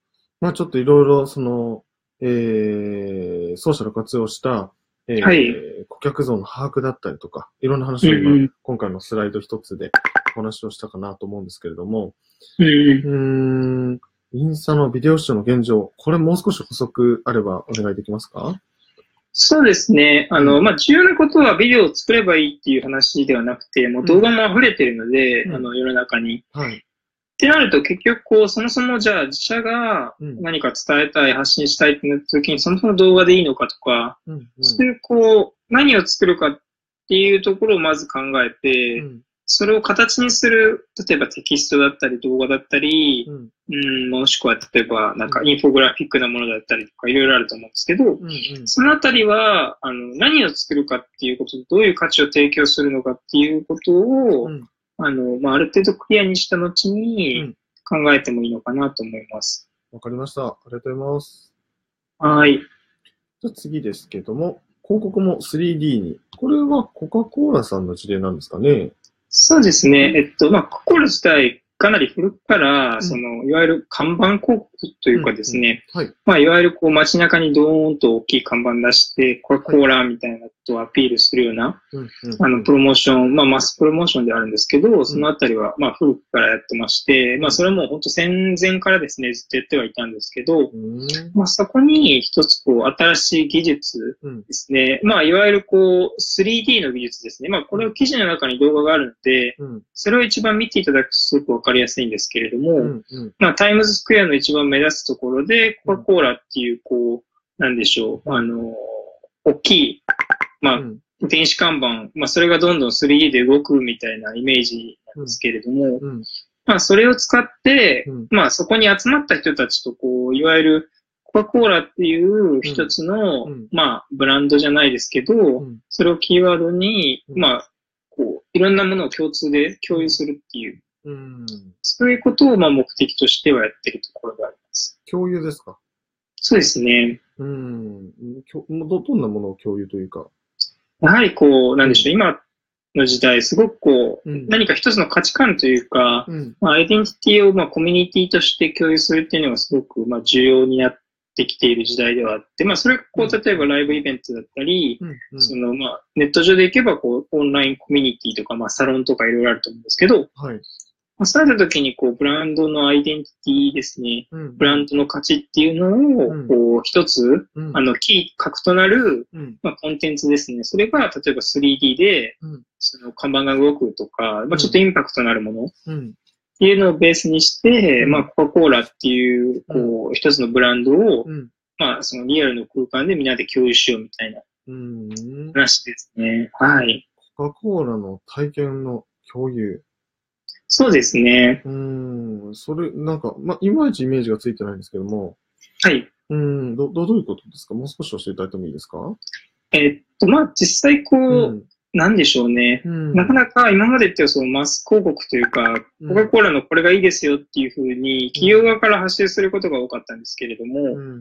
[SPEAKER 2] まあちょっといろいろ、その、えー、ソーシャルを活用した、えー
[SPEAKER 1] はい
[SPEAKER 2] 顧客像の把握だったりとか、いろんな話を今、
[SPEAKER 1] うんうん
[SPEAKER 2] 今回のスライド一つでお話をしたかなと思うんですけれども、
[SPEAKER 1] うん
[SPEAKER 2] う。ーん、インスタのビデオ視聴の現状、これもう少し補足あればお願いできますか
[SPEAKER 1] そうですね。あの、まあ、重要なことはビデオを作ればいいっていう話ではなくて、もう動画も溢れてるので、
[SPEAKER 2] うん
[SPEAKER 1] あの、世の中に。
[SPEAKER 2] はい。
[SPEAKER 1] ってなると結局こう、そもそもじゃあ自社が
[SPEAKER 2] うん
[SPEAKER 1] 何か伝えたい、発信したいってなった時に、そもそも動画でいいのかとか、
[SPEAKER 2] うん、うん。
[SPEAKER 1] そういうこう、何を作るかっていうところをまず考えて、
[SPEAKER 2] うん
[SPEAKER 1] それを形にする、例えばテキストだったり動画だったり、
[SPEAKER 2] うん
[SPEAKER 1] うん、もしくは例えばなんかインフォグラフィックなものだったりとかいろいろあると思うんですけど、
[SPEAKER 2] うんうん
[SPEAKER 1] そのあたりは、あの、何を作るかっていうことで、どういう価値を提供するのかっていうことを、
[SPEAKER 2] うん
[SPEAKER 1] あの、まあ、ある程度クリアにした後
[SPEAKER 2] う
[SPEAKER 1] に
[SPEAKER 2] ん
[SPEAKER 1] 考えてもいいのかなと思います。
[SPEAKER 2] わかりました。ありがとうございます。
[SPEAKER 1] はい。
[SPEAKER 2] じゃあ次ですけども、広告も 3D に。これはコカ・コーラさんの事例なんですかね。
[SPEAKER 1] そうですね。えっと、まあ、ココーラ自体、かなり古くから、
[SPEAKER 2] ん
[SPEAKER 1] その、いわゆる看板広告というかですね、
[SPEAKER 2] はい。
[SPEAKER 1] まあ、いわゆるこう街中にドーンと大きい看板出して、コカ・コーラみたいなことをアピールするような、
[SPEAKER 2] うん
[SPEAKER 1] あの、プロモーション、まあ、マスプロモーションであるんですけど、そのあたりは、まあ、古くからやってまして、まあ、それはもう本当戦前からですね、ずっとやってはいたんですけど、
[SPEAKER 2] うん
[SPEAKER 1] まあ、そこに一つ、こう、新しい技術
[SPEAKER 2] うん
[SPEAKER 1] ですね。まあ、いわゆるこう、3D の技術ですね。まあ、これを記事の中に動画があるので、
[SPEAKER 2] うん
[SPEAKER 1] それを一番見ていただくとすごくわかりやすいんですけれども、
[SPEAKER 2] うんうん
[SPEAKER 1] まあ、タイムズスクエアの一番目立つところで、コカ・コーラっていう、こう、なんでしょう、あの、大きい、まあ
[SPEAKER 2] う、ん
[SPEAKER 1] 電子看板、まあ、それがどんどん 3D で動くみたいなイメージなんんですけれども、
[SPEAKER 2] うん。
[SPEAKER 1] まあ、それを使って
[SPEAKER 2] う、ん。
[SPEAKER 1] まあ、そこに集まった人たちと、こう、いわゆる、コカ・コーラっていう一つの、
[SPEAKER 2] うんうん
[SPEAKER 1] まあ、ブランドじゃないですけど、
[SPEAKER 2] うん
[SPEAKER 1] それをキーワードに、
[SPEAKER 2] うん
[SPEAKER 1] まあ、こう、いろんなものを共通で共有するっていう、
[SPEAKER 2] うん。
[SPEAKER 1] そういうことを、まあ、目的としてはやってるところがあります。
[SPEAKER 2] 共有ですか
[SPEAKER 1] そうですね。
[SPEAKER 2] うん。きょど、どんなものを共有というか。
[SPEAKER 1] やはり、こう、なんでしょう、今の時代、すごくこう、
[SPEAKER 2] うん
[SPEAKER 1] 何か一つの価値観というか、
[SPEAKER 2] うん。
[SPEAKER 1] まあ、アイデンティティを、まあ、コミュニティとして共有するっていうのがすごく、まあ、重要になってきている時代ではあって、まあ、それがこ
[SPEAKER 2] うん
[SPEAKER 1] う、例えばライブイベントだったり、
[SPEAKER 2] うん。うん
[SPEAKER 1] その、まあ、ネット上でいけば、こう、オンラインコミュニティとか、まあ、サロンとかいろいろあると思うんですけど、
[SPEAKER 2] はい。
[SPEAKER 1] まあ、そうなった時に、こう、ブランドのアイデンティティですね、
[SPEAKER 2] うん
[SPEAKER 1] ブランドの価値っていうのを、
[SPEAKER 2] うん
[SPEAKER 1] こう、一つ、
[SPEAKER 2] うん
[SPEAKER 1] あの、キー、核となる、
[SPEAKER 2] うん。
[SPEAKER 1] まあ、コンテンツですね。それが、例えば 3D で
[SPEAKER 2] うん、
[SPEAKER 1] その、看板が動くとか、まあ、ちょっとインパクトのあるもの、
[SPEAKER 2] うん。
[SPEAKER 1] っていうのをベースにして、
[SPEAKER 2] うん
[SPEAKER 1] まあ、コカ・コーラっていう、こう、一つのブランドを、
[SPEAKER 2] うん。
[SPEAKER 1] まあ、そのリアルの空間でみんなで共有しようみたいな
[SPEAKER 2] うん。
[SPEAKER 1] 話ですね。はい。
[SPEAKER 2] コカ・コーラの体験の共有。
[SPEAKER 1] そうですね。
[SPEAKER 2] うーん。それ、なんか、ま、いまいちイメージがついてないんですけども。
[SPEAKER 1] はい。
[SPEAKER 2] うーん。ど、どどういうことですかもう少し教えていただいてもいいですか
[SPEAKER 1] えっと、まあ、実際こう、
[SPEAKER 2] うん。
[SPEAKER 1] なんでしょうね。
[SPEAKER 2] うん。
[SPEAKER 1] なかなか今までってそのマス広告というか、コカ・コーラのこれがいいですよっていうふうに、企業側から発信することが多かったんですけれども、
[SPEAKER 2] うん。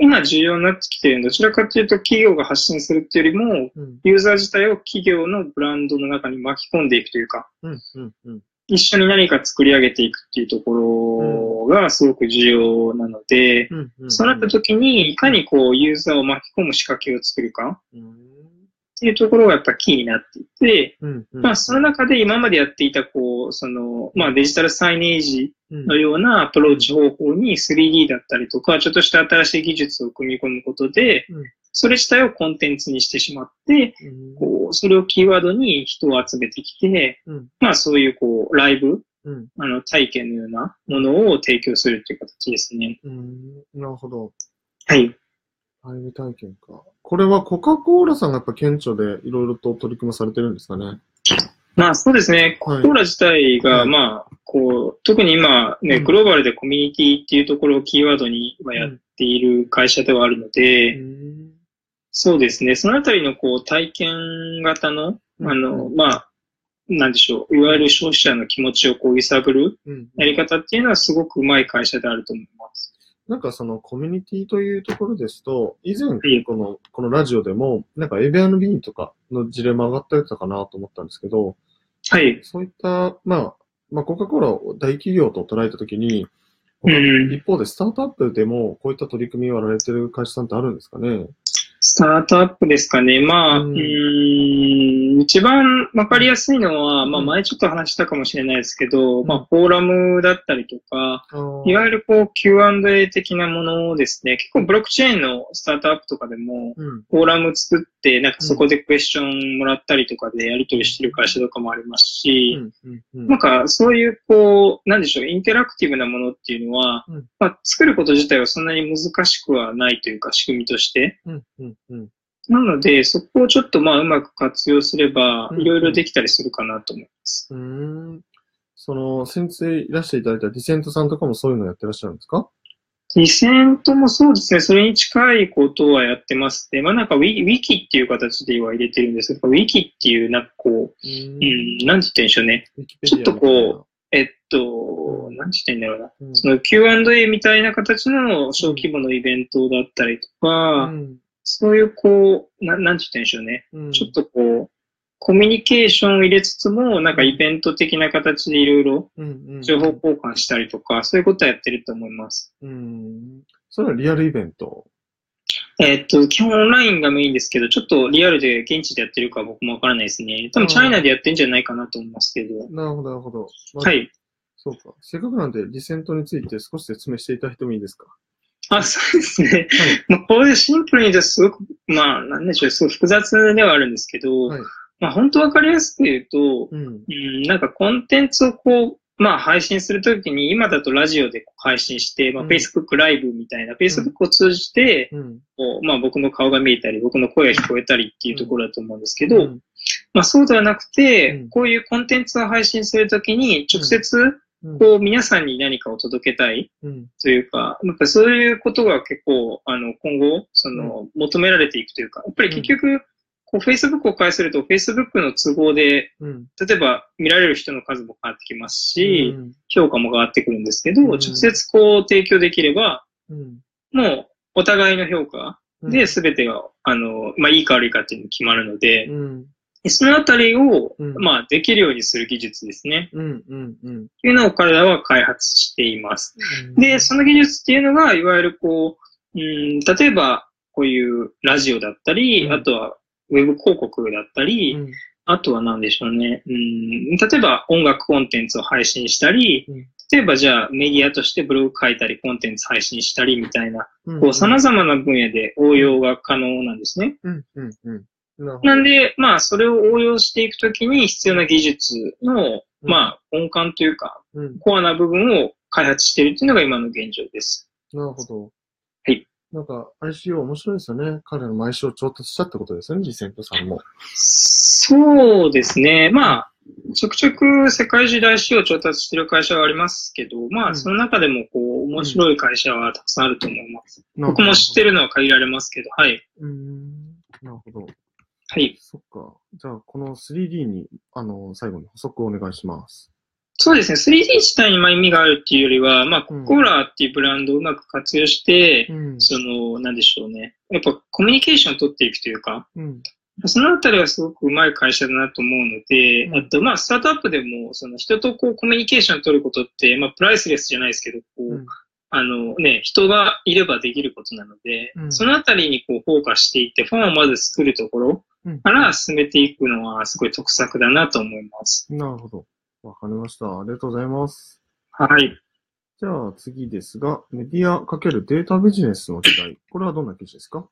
[SPEAKER 1] 今重要になってきているのは、どちらかというと企業が発信するっていうよりも、
[SPEAKER 2] うん。
[SPEAKER 1] ユーザー自体を企業のブランドの中に巻き込んでいくというか、
[SPEAKER 2] うん。うん。うん。
[SPEAKER 1] 一緒に何か作り上げていくっていうところがすごく重要なので、
[SPEAKER 2] うん。うん。
[SPEAKER 1] そうなった時にいかにこうユーザーを巻き込む仕掛けを作るか
[SPEAKER 2] うん。
[SPEAKER 1] っていうところがやっぱキーになっていて、
[SPEAKER 2] うん。うん。
[SPEAKER 1] まあその中で今までやっていたこう、その、まあデジタルサイネージ
[SPEAKER 2] うん、
[SPEAKER 1] のようなアプローチ方法に 3D だったりとか、ちょっとした新しい技術を組み込むことで
[SPEAKER 2] うん、
[SPEAKER 1] それ自体をコンテンツにしてしまって、
[SPEAKER 2] うん
[SPEAKER 1] こう、それをキーワードに人を集めてきて、
[SPEAKER 2] うん
[SPEAKER 1] まあそういうこう、ライブ、
[SPEAKER 2] うん
[SPEAKER 1] あの、体験のようなものを提供するという形ですね。
[SPEAKER 2] うん。なるほど。
[SPEAKER 1] はい。
[SPEAKER 2] ライブ体験か。これはコカ・コーラさんがやっぱ顕著でいろいろと取り組まされてるんですかね。
[SPEAKER 1] まあそうですね。コ
[SPEAKER 2] はい
[SPEAKER 1] カ・コーラ自体
[SPEAKER 2] は
[SPEAKER 1] が、
[SPEAKER 2] い
[SPEAKER 1] まあ、こう、特に今
[SPEAKER 2] う
[SPEAKER 1] ね、
[SPEAKER 2] ん
[SPEAKER 1] グローバルでコミュニティっていうところをキーワードにはやっている会社ではあるの
[SPEAKER 2] う
[SPEAKER 1] で、
[SPEAKER 2] ん。
[SPEAKER 1] そうですね。そのあたりのこう、体験型の、あの、
[SPEAKER 2] う
[SPEAKER 1] まあ、なんでしょう。いわゆる消費者の気持ちをこう揺さぶる
[SPEAKER 2] うん。
[SPEAKER 1] やり方っていうのはすごくうまい会社であると思います。
[SPEAKER 2] なんかそのコミュニティというところですと、以前
[SPEAKER 1] い
[SPEAKER 2] この、このラジオでも、なんか Airbnb とかの事例も上がってたかなと思ったんですけど、
[SPEAKER 1] はい。
[SPEAKER 2] そういった、まあ、まあ、コカ・コーラを大企業と捉えたときに、
[SPEAKER 1] うん
[SPEAKER 2] 一方でスタートアップでもこういった取り組みをやられてる会社さんってあるんですかね
[SPEAKER 1] スタートアップですかね。まあ、
[SPEAKER 2] う
[SPEAKER 1] うんん、ん一番わかりやすいのは、まあ
[SPEAKER 2] うん
[SPEAKER 1] 前ちょっと話したかもしれないですけど、
[SPEAKER 2] ん
[SPEAKER 1] まあフォーラムだったりとか、いわゆ
[SPEAKER 2] る、
[SPEAKER 1] るこう Q&A 的なものですね。結構ブロックチェーンのスタートアップとかでも、
[SPEAKER 2] うん。
[SPEAKER 1] フォーラム作って、なんかそこでクエスチョンもらったりとかでやり取りしてる会社とかもあります
[SPEAKER 2] う
[SPEAKER 1] し、
[SPEAKER 2] ん。うん。うん
[SPEAKER 1] なんかそういうこう、なんでしょう、インタラクティブなものっていうのは
[SPEAKER 2] うん、
[SPEAKER 1] まあ作ること自体はそんなに難しくはないというか仕組みとして、
[SPEAKER 2] うん。うん。うん。
[SPEAKER 1] なので、そこをちょっとまあうまく活用すれば
[SPEAKER 2] う、ん
[SPEAKER 1] いろいろできたりするかなと思います。
[SPEAKER 2] うーん。その、先日いらしていただいたディセントさんとかもそういうのやってらっしゃるんですか
[SPEAKER 1] 2 0 0ともそうですね、それに近いことはやってますね。まあなんかウィウィキっていう形では入れてるんですけど、ウィキっていうなんかこ
[SPEAKER 2] う
[SPEAKER 1] う、うん、なんて言ったらいいんでしょうね。
[SPEAKER 2] ウィキペディアみたいな
[SPEAKER 1] ちょえっと
[SPEAKER 2] う、ん
[SPEAKER 1] なんて言ったらいいんだろうな。
[SPEAKER 2] うん
[SPEAKER 1] その Q&A みたいな形の小規模のイベントだったりとか、そういうこう、ななんて言ったらいいんでしょうね。
[SPEAKER 2] うん
[SPEAKER 1] ちょっとこう、コミュニケーションを入れつつも、なんかイベント的な形でいろいろ
[SPEAKER 2] うんうん
[SPEAKER 1] 情報交換したりとか、そういうことはやってると思います。
[SPEAKER 2] うん。それはリアルイベント。
[SPEAKER 1] えーっと、基本オンラインがメインですけど、ちょっとリアルで現地でやってるかは僕もわからないですね。多
[SPEAKER 2] う
[SPEAKER 1] 分
[SPEAKER 2] ん
[SPEAKER 1] チャイナでやってんじゃないかなと思いますけど。
[SPEAKER 2] なるほど、なるほど。まあ
[SPEAKER 1] はい。
[SPEAKER 2] そうか。せっかくなんで、ディセントについて少し説明していただいてもいいですか
[SPEAKER 1] あ、そうですね。まあ、これシンプルに言うとすごく、まあ、なんでしょう、すごい複雑ではあるんですけど、
[SPEAKER 2] はい
[SPEAKER 1] まあ、本当わかりやすく言うと、
[SPEAKER 2] うん。
[SPEAKER 1] うん、なんかコンテンツをこう、まあ配信するときに、今だとラジオでこう配信して、まあ
[SPEAKER 2] うん
[SPEAKER 1] Facebook ライブみたいな、Facebook を通じて、
[SPEAKER 2] うん。
[SPEAKER 1] こうまあ僕の顔が見えたり、僕の声が聞こえたりっていうところだと思うんですけど、
[SPEAKER 2] うん
[SPEAKER 1] まあ、そうではなくて、
[SPEAKER 2] うん
[SPEAKER 1] こういうコンテンツを配信するときに、直接、
[SPEAKER 2] うん
[SPEAKER 1] こう、皆さんに何かを届けたい
[SPEAKER 2] うん
[SPEAKER 1] というか、やっぱそういうことが結構、あの、今後、その、求められていくというか、やっぱり結局、こう、Facebook を介すると、Facebook の都合で、
[SPEAKER 2] うん
[SPEAKER 1] 例えば、見られる人の数も変わってきますし、
[SPEAKER 2] うん
[SPEAKER 1] 評価も変わってくるんですけど、
[SPEAKER 2] うん
[SPEAKER 1] 直接こう、提供できれば、
[SPEAKER 2] うん
[SPEAKER 1] もう、お互いの評価
[SPEAKER 2] うん
[SPEAKER 1] で、全てが、あの、まあ、いいか悪いかっていうのが決まるので、
[SPEAKER 2] うん
[SPEAKER 1] そのあたりを、
[SPEAKER 2] うん
[SPEAKER 1] まあ、できるようにする技術ですね。
[SPEAKER 2] うんうんうん
[SPEAKER 1] というのを彼らは開発しています。
[SPEAKER 2] うん
[SPEAKER 1] で、その技術っていうのが、いわゆるこう、うん、例えば、こういうラジオだったり、
[SPEAKER 2] うん
[SPEAKER 1] あとは、ウェブ広告だったり、
[SPEAKER 2] うん
[SPEAKER 1] あとは何でしょうね、うん、例えば音楽コンテンツを配信したり、
[SPEAKER 2] うん
[SPEAKER 1] 例えばじゃあメディアとしてブログ書いたり、コンテンツ配信したりみたいな、
[SPEAKER 2] うん
[SPEAKER 1] こう様々な分野で応用が可能なんですね。
[SPEAKER 2] うんうんうんなるほど
[SPEAKER 1] なんで、まあ、それを応用していくときに必要な技術の、
[SPEAKER 2] うん
[SPEAKER 1] まあ、根幹というか、
[SPEAKER 2] うん
[SPEAKER 1] コアな部分を開発しているというのが今の現状です。
[SPEAKER 2] なるほど。
[SPEAKER 1] はい。
[SPEAKER 2] なんか ICO 面白いですよね。彼らの毎を調達したってことですよね、実践とさんも。
[SPEAKER 1] そうですね。まあ、ちょくちょく世界中で IC を調達している会社はありますけど、ま
[SPEAKER 2] うん
[SPEAKER 1] あ、その中でも、こう、面白い会社はたくさんあると思います。僕も知って
[SPEAKER 2] る。
[SPEAKER 1] るのは限られますけど、はい。
[SPEAKER 2] うーん。なるほど。
[SPEAKER 1] はい。
[SPEAKER 2] そっか。じゃあ、この 3D に、あの、最後に補足をお願いします。
[SPEAKER 1] そうですね。3D 自体にまあ意味があるっていうよりは、まあ、コ
[SPEAKER 2] うん
[SPEAKER 1] ーラっていうブランドをうまく活用して、
[SPEAKER 2] うん
[SPEAKER 1] その、なんでしょうね。やっぱコミュニケーションを取っていくというか、
[SPEAKER 2] うん。
[SPEAKER 1] そのあたりはすごくうまい会社だなと思うので、
[SPEAKER 2] うん
[SPEAKER 1] あと、まあ、スタートアップでも、その人とこうコミュニケーションを取ることって、まあ、プライスレスじゃないですけど、こう、
[SPEAKER 2] うん
[SPEAKER 1] あのね、人がいればできることなので、
[SPEAKER 2] うん
[SPEAKER 1] そのあたりにこう、フォーカスしていって、ファンをまず作るところ
[SPEAKER 2] うん
[SPEAKER 1] から進めていくのは、すごい得策だなと思います。
[SPEAKER 2] なるほど。わかりました。ありがとうございます。
[SPEAKER 1] はい。
[SPEAKER 2] じゃあ、次ですが、メディア×データビジネスの時代。これはどんな記事ですか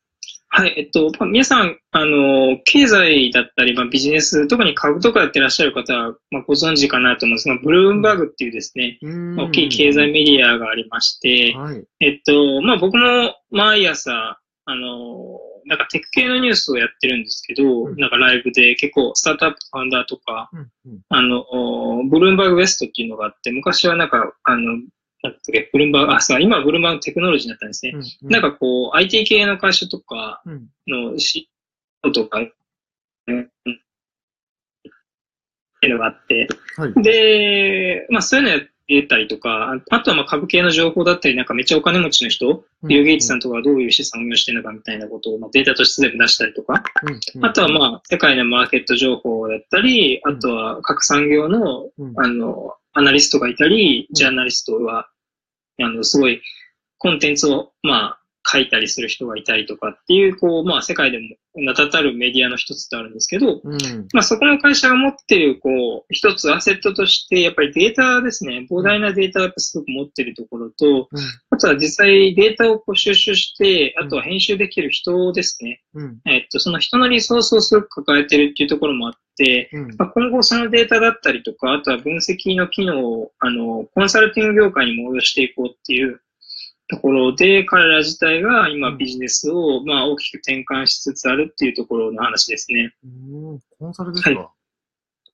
[SPEAKER 1] はい、えっと、まあ皆さん、あの、経済だったり、まあ、ビジネス、特に株とかやってらっしゃる方は、まあ、ご存知かなと思うんですが、ブルームバーグっていうですね、
[SPEAKER 2] 大
[SPEAKER 1] 大きい経済メディアがありまして、
[SPEAKER 2] はい。
[SPEAKER 1] えっと、まあ、僕も毎朝、あの、なんかテック系のニュースをやってるんですけど、
[SPEAKER 2] うん
[SPEAKER 1] なんかライブで結構スタートアップファウンダーとか、
[SPEAKER 2] うんうん
[SPEAKER 1] あの、おブルームバーグウエストっていうのがあって、昔はなんか、あの、なんだっけ、ブルームバーグ、あ、そう今はブルームバーグテクノロジーになったんですね。
[SPEAKER 2] うんう
[SPEAKER 1] なん、かこう、IT 系の会社とか、
[SPEAKER 2] うん
[SPEAKER 1] の仕事とか、うんっていうのがあって、
[SPEAKER 2] はい。
[SPEAKER 1] で、まあそういうのやってたりとか、あとはまあ株系の情報だったり、なんかめっちゃお金持ちの人、ビル・ゲイツさ
[SPEAKER 2] ん。
[SPEAKER 1] んとかがどういう資産を運用してるのかみたいなことをまあデータとして全部出したりとか、
[SPEAKER 2] うん
[SPEAKER 1] あとはまあ世界のマーケット情報だったり、
[SPEAKER 2] う
[SPEAKER 1] あ
[SPEAKER 2] ん
[SPEAKER 1] とは各産業の
[SPEAKER 2] うん
[SPEAKER 1] あの、アナリストがいたり
[SPEAKER 2] う、ん
[SPEAKER 1] ジャーナリストは、あの、すごい、コンテンツを、まあ、書いたりする人がいたりとかっていう、こう、まあ、世界でも名だたるメディアの一つであるんですけど、
[SPEAKER 2] うん。
[SPEAKER 1] まあ、そこの会社が持ってる、こう、一つアセットとして、やっぱりデータですね、膨大なデータをやっぱすごく持ってるところと、
[SPEAKER 2] うん
[SPEAKER 1] あとは実際データをこう収集して、あとは編集できる人ですね。
[SPEAKER 2] うん。
[SPEAKER 1] えっと、その人のリソースをすごく抱えてるっていうところもあって、
[SPEAKER 2] うん。
[SPEAKER 1] まあ、今後そのデータだったりとか、あとは分析の機能を、あの、コンサルティング業界にも応用していこうっていうところで、彼ら自体が今ビジネスを、まあ、大きく転換しつつあるっていうところの話ですね。
[SPEAKER 2] うんコンサルですか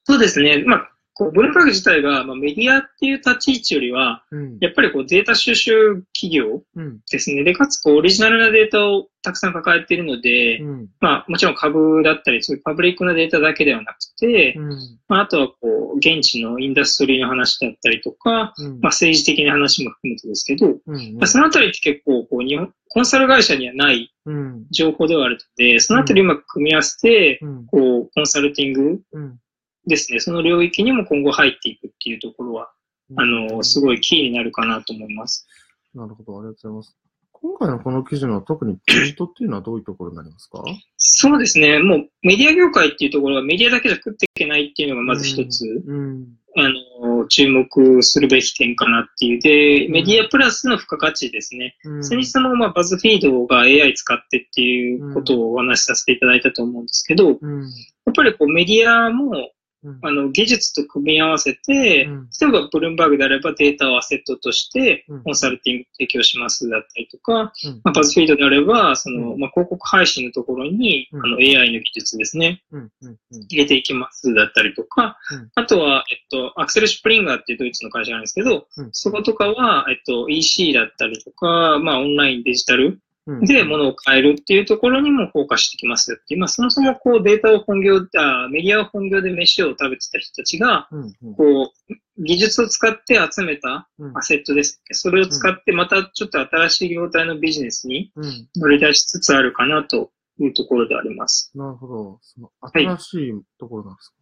[SPEAKER 1] そうですね。まあ、こう、ブルームバーグ自体が、まあ、メディアっていう立ち位置よりは、
[SPEAKER 2] うん。
[SPEAKER 1] やっぱりこう、データ収集企業
[SPEAKER 2] うん。
[SPEAKER 1] ですね。で、かつ、こう、オリジナルなデータをたくさん抱えているので、
[SPEAKER 2] うん。
[SPEAKER 1] まあ、もちろん株だったり、そういうパブリックなデータだけではなくて、
[SPEAKER 2] うん。
[SPEAKER 1] まあ、あとはこう、現地のインダストリーの話だったりとか、
[SPEAKER 2] うん
[SPEAKER 1] まあ、政治的な話も含めてですけど、
[SPEAKER 2] うん
[SPEAKER 1] まあ、そのあたりって結構こう日本、コンサル会社にはない
[SPEAKER 2] うん。
[SPEAKER 1] 情報ではあるので、そのあたりをうまく組み合わせて、
[SPEAKER 2] うん。
[SPEAKER 1] こう、コンサルティング
[SPEAKER 2] うん。
[SPEAKER 1] ですね、その領域にも今後入っていくっていうところは、あの、すごいキーになるかなと思います。
[SPEAKER 2] なるほど、ありがとうございます。今回のこの記事の特にポイントっていうのはどういうところになりますか
[SPEAKER 1] そうですね、もうメディア業界っていうところはメディアだけじゃ食っていけないっていうのがまず一つ。
[SPEAKER 2] うん。
[SPEAKER 1] あの、注目するべき点かなっていう。で、メディアプラスの付加価値ですね。
[SPEAKER 2] うん
[SPEAKER 1] 先日も、まあ、バズフィードが AI 使ってっていうことをお話しさせていただいたと思うんですけど、や
[SPEAKER 2] うん。
[SPEAKER 1] っぱりこうメディアも
[SPEAKER 3] うん
[SPEAKER 1] あの、技術と組み合わせて、
[SPEAKER 3] うん
[SPEAKER 1] 例えばブルームバーグであればデータをアセットとして
[SPEAKER 3] うん
[SPEAKER 1] コンサルティング提供しますだったりとか、
[SPEAKER 3] うん
[SPEAKER 1] まあ、バズフィードであれば、その、
[SPEAKER 3] う
[SPEAKER 1] まあ、広告配信のところに、
[SPEAKER 3] うん
[SPEAKER 1] あの、AI の技術ですね、
[SPEAKER 3] うんうんうん
[SPEAKER 1] 入れていきますだったりとか、
[SPEAKER 3] うん
[SPEAKER 1] あとは、えっと、アクセル・シュプリンガーっていうドイツの会社なんですけど、
[SPEAKER 3] うん
[SPEAKER 1] そことかは、えっと、EC だったりとか、まあ、オンラインデジタル
[SPEAKER 3] うん
[SPEAKER 1] で物を変えるっていうところにも効果してきますよっていう、まあ、そもそもこうデータを本業、あメディアを本業で飯を食べてた人たちが、
[SPEAKER 3] うんうん
[SPEAKER 1] こう、技術を使って集めた
[SPEAKER 3] うん
[SPEAKER 1] アセットです。それを使ってまたちょっと新しい業態のビジネスに
[SPEAKER 3] うん
[SPEAKER 1] 乗り出しつつあるかなというところであります。
[SPEAKER 3] なるほど。その
[SPEAKER 1] い
[SPEAKER 3] 新しいところなんですか。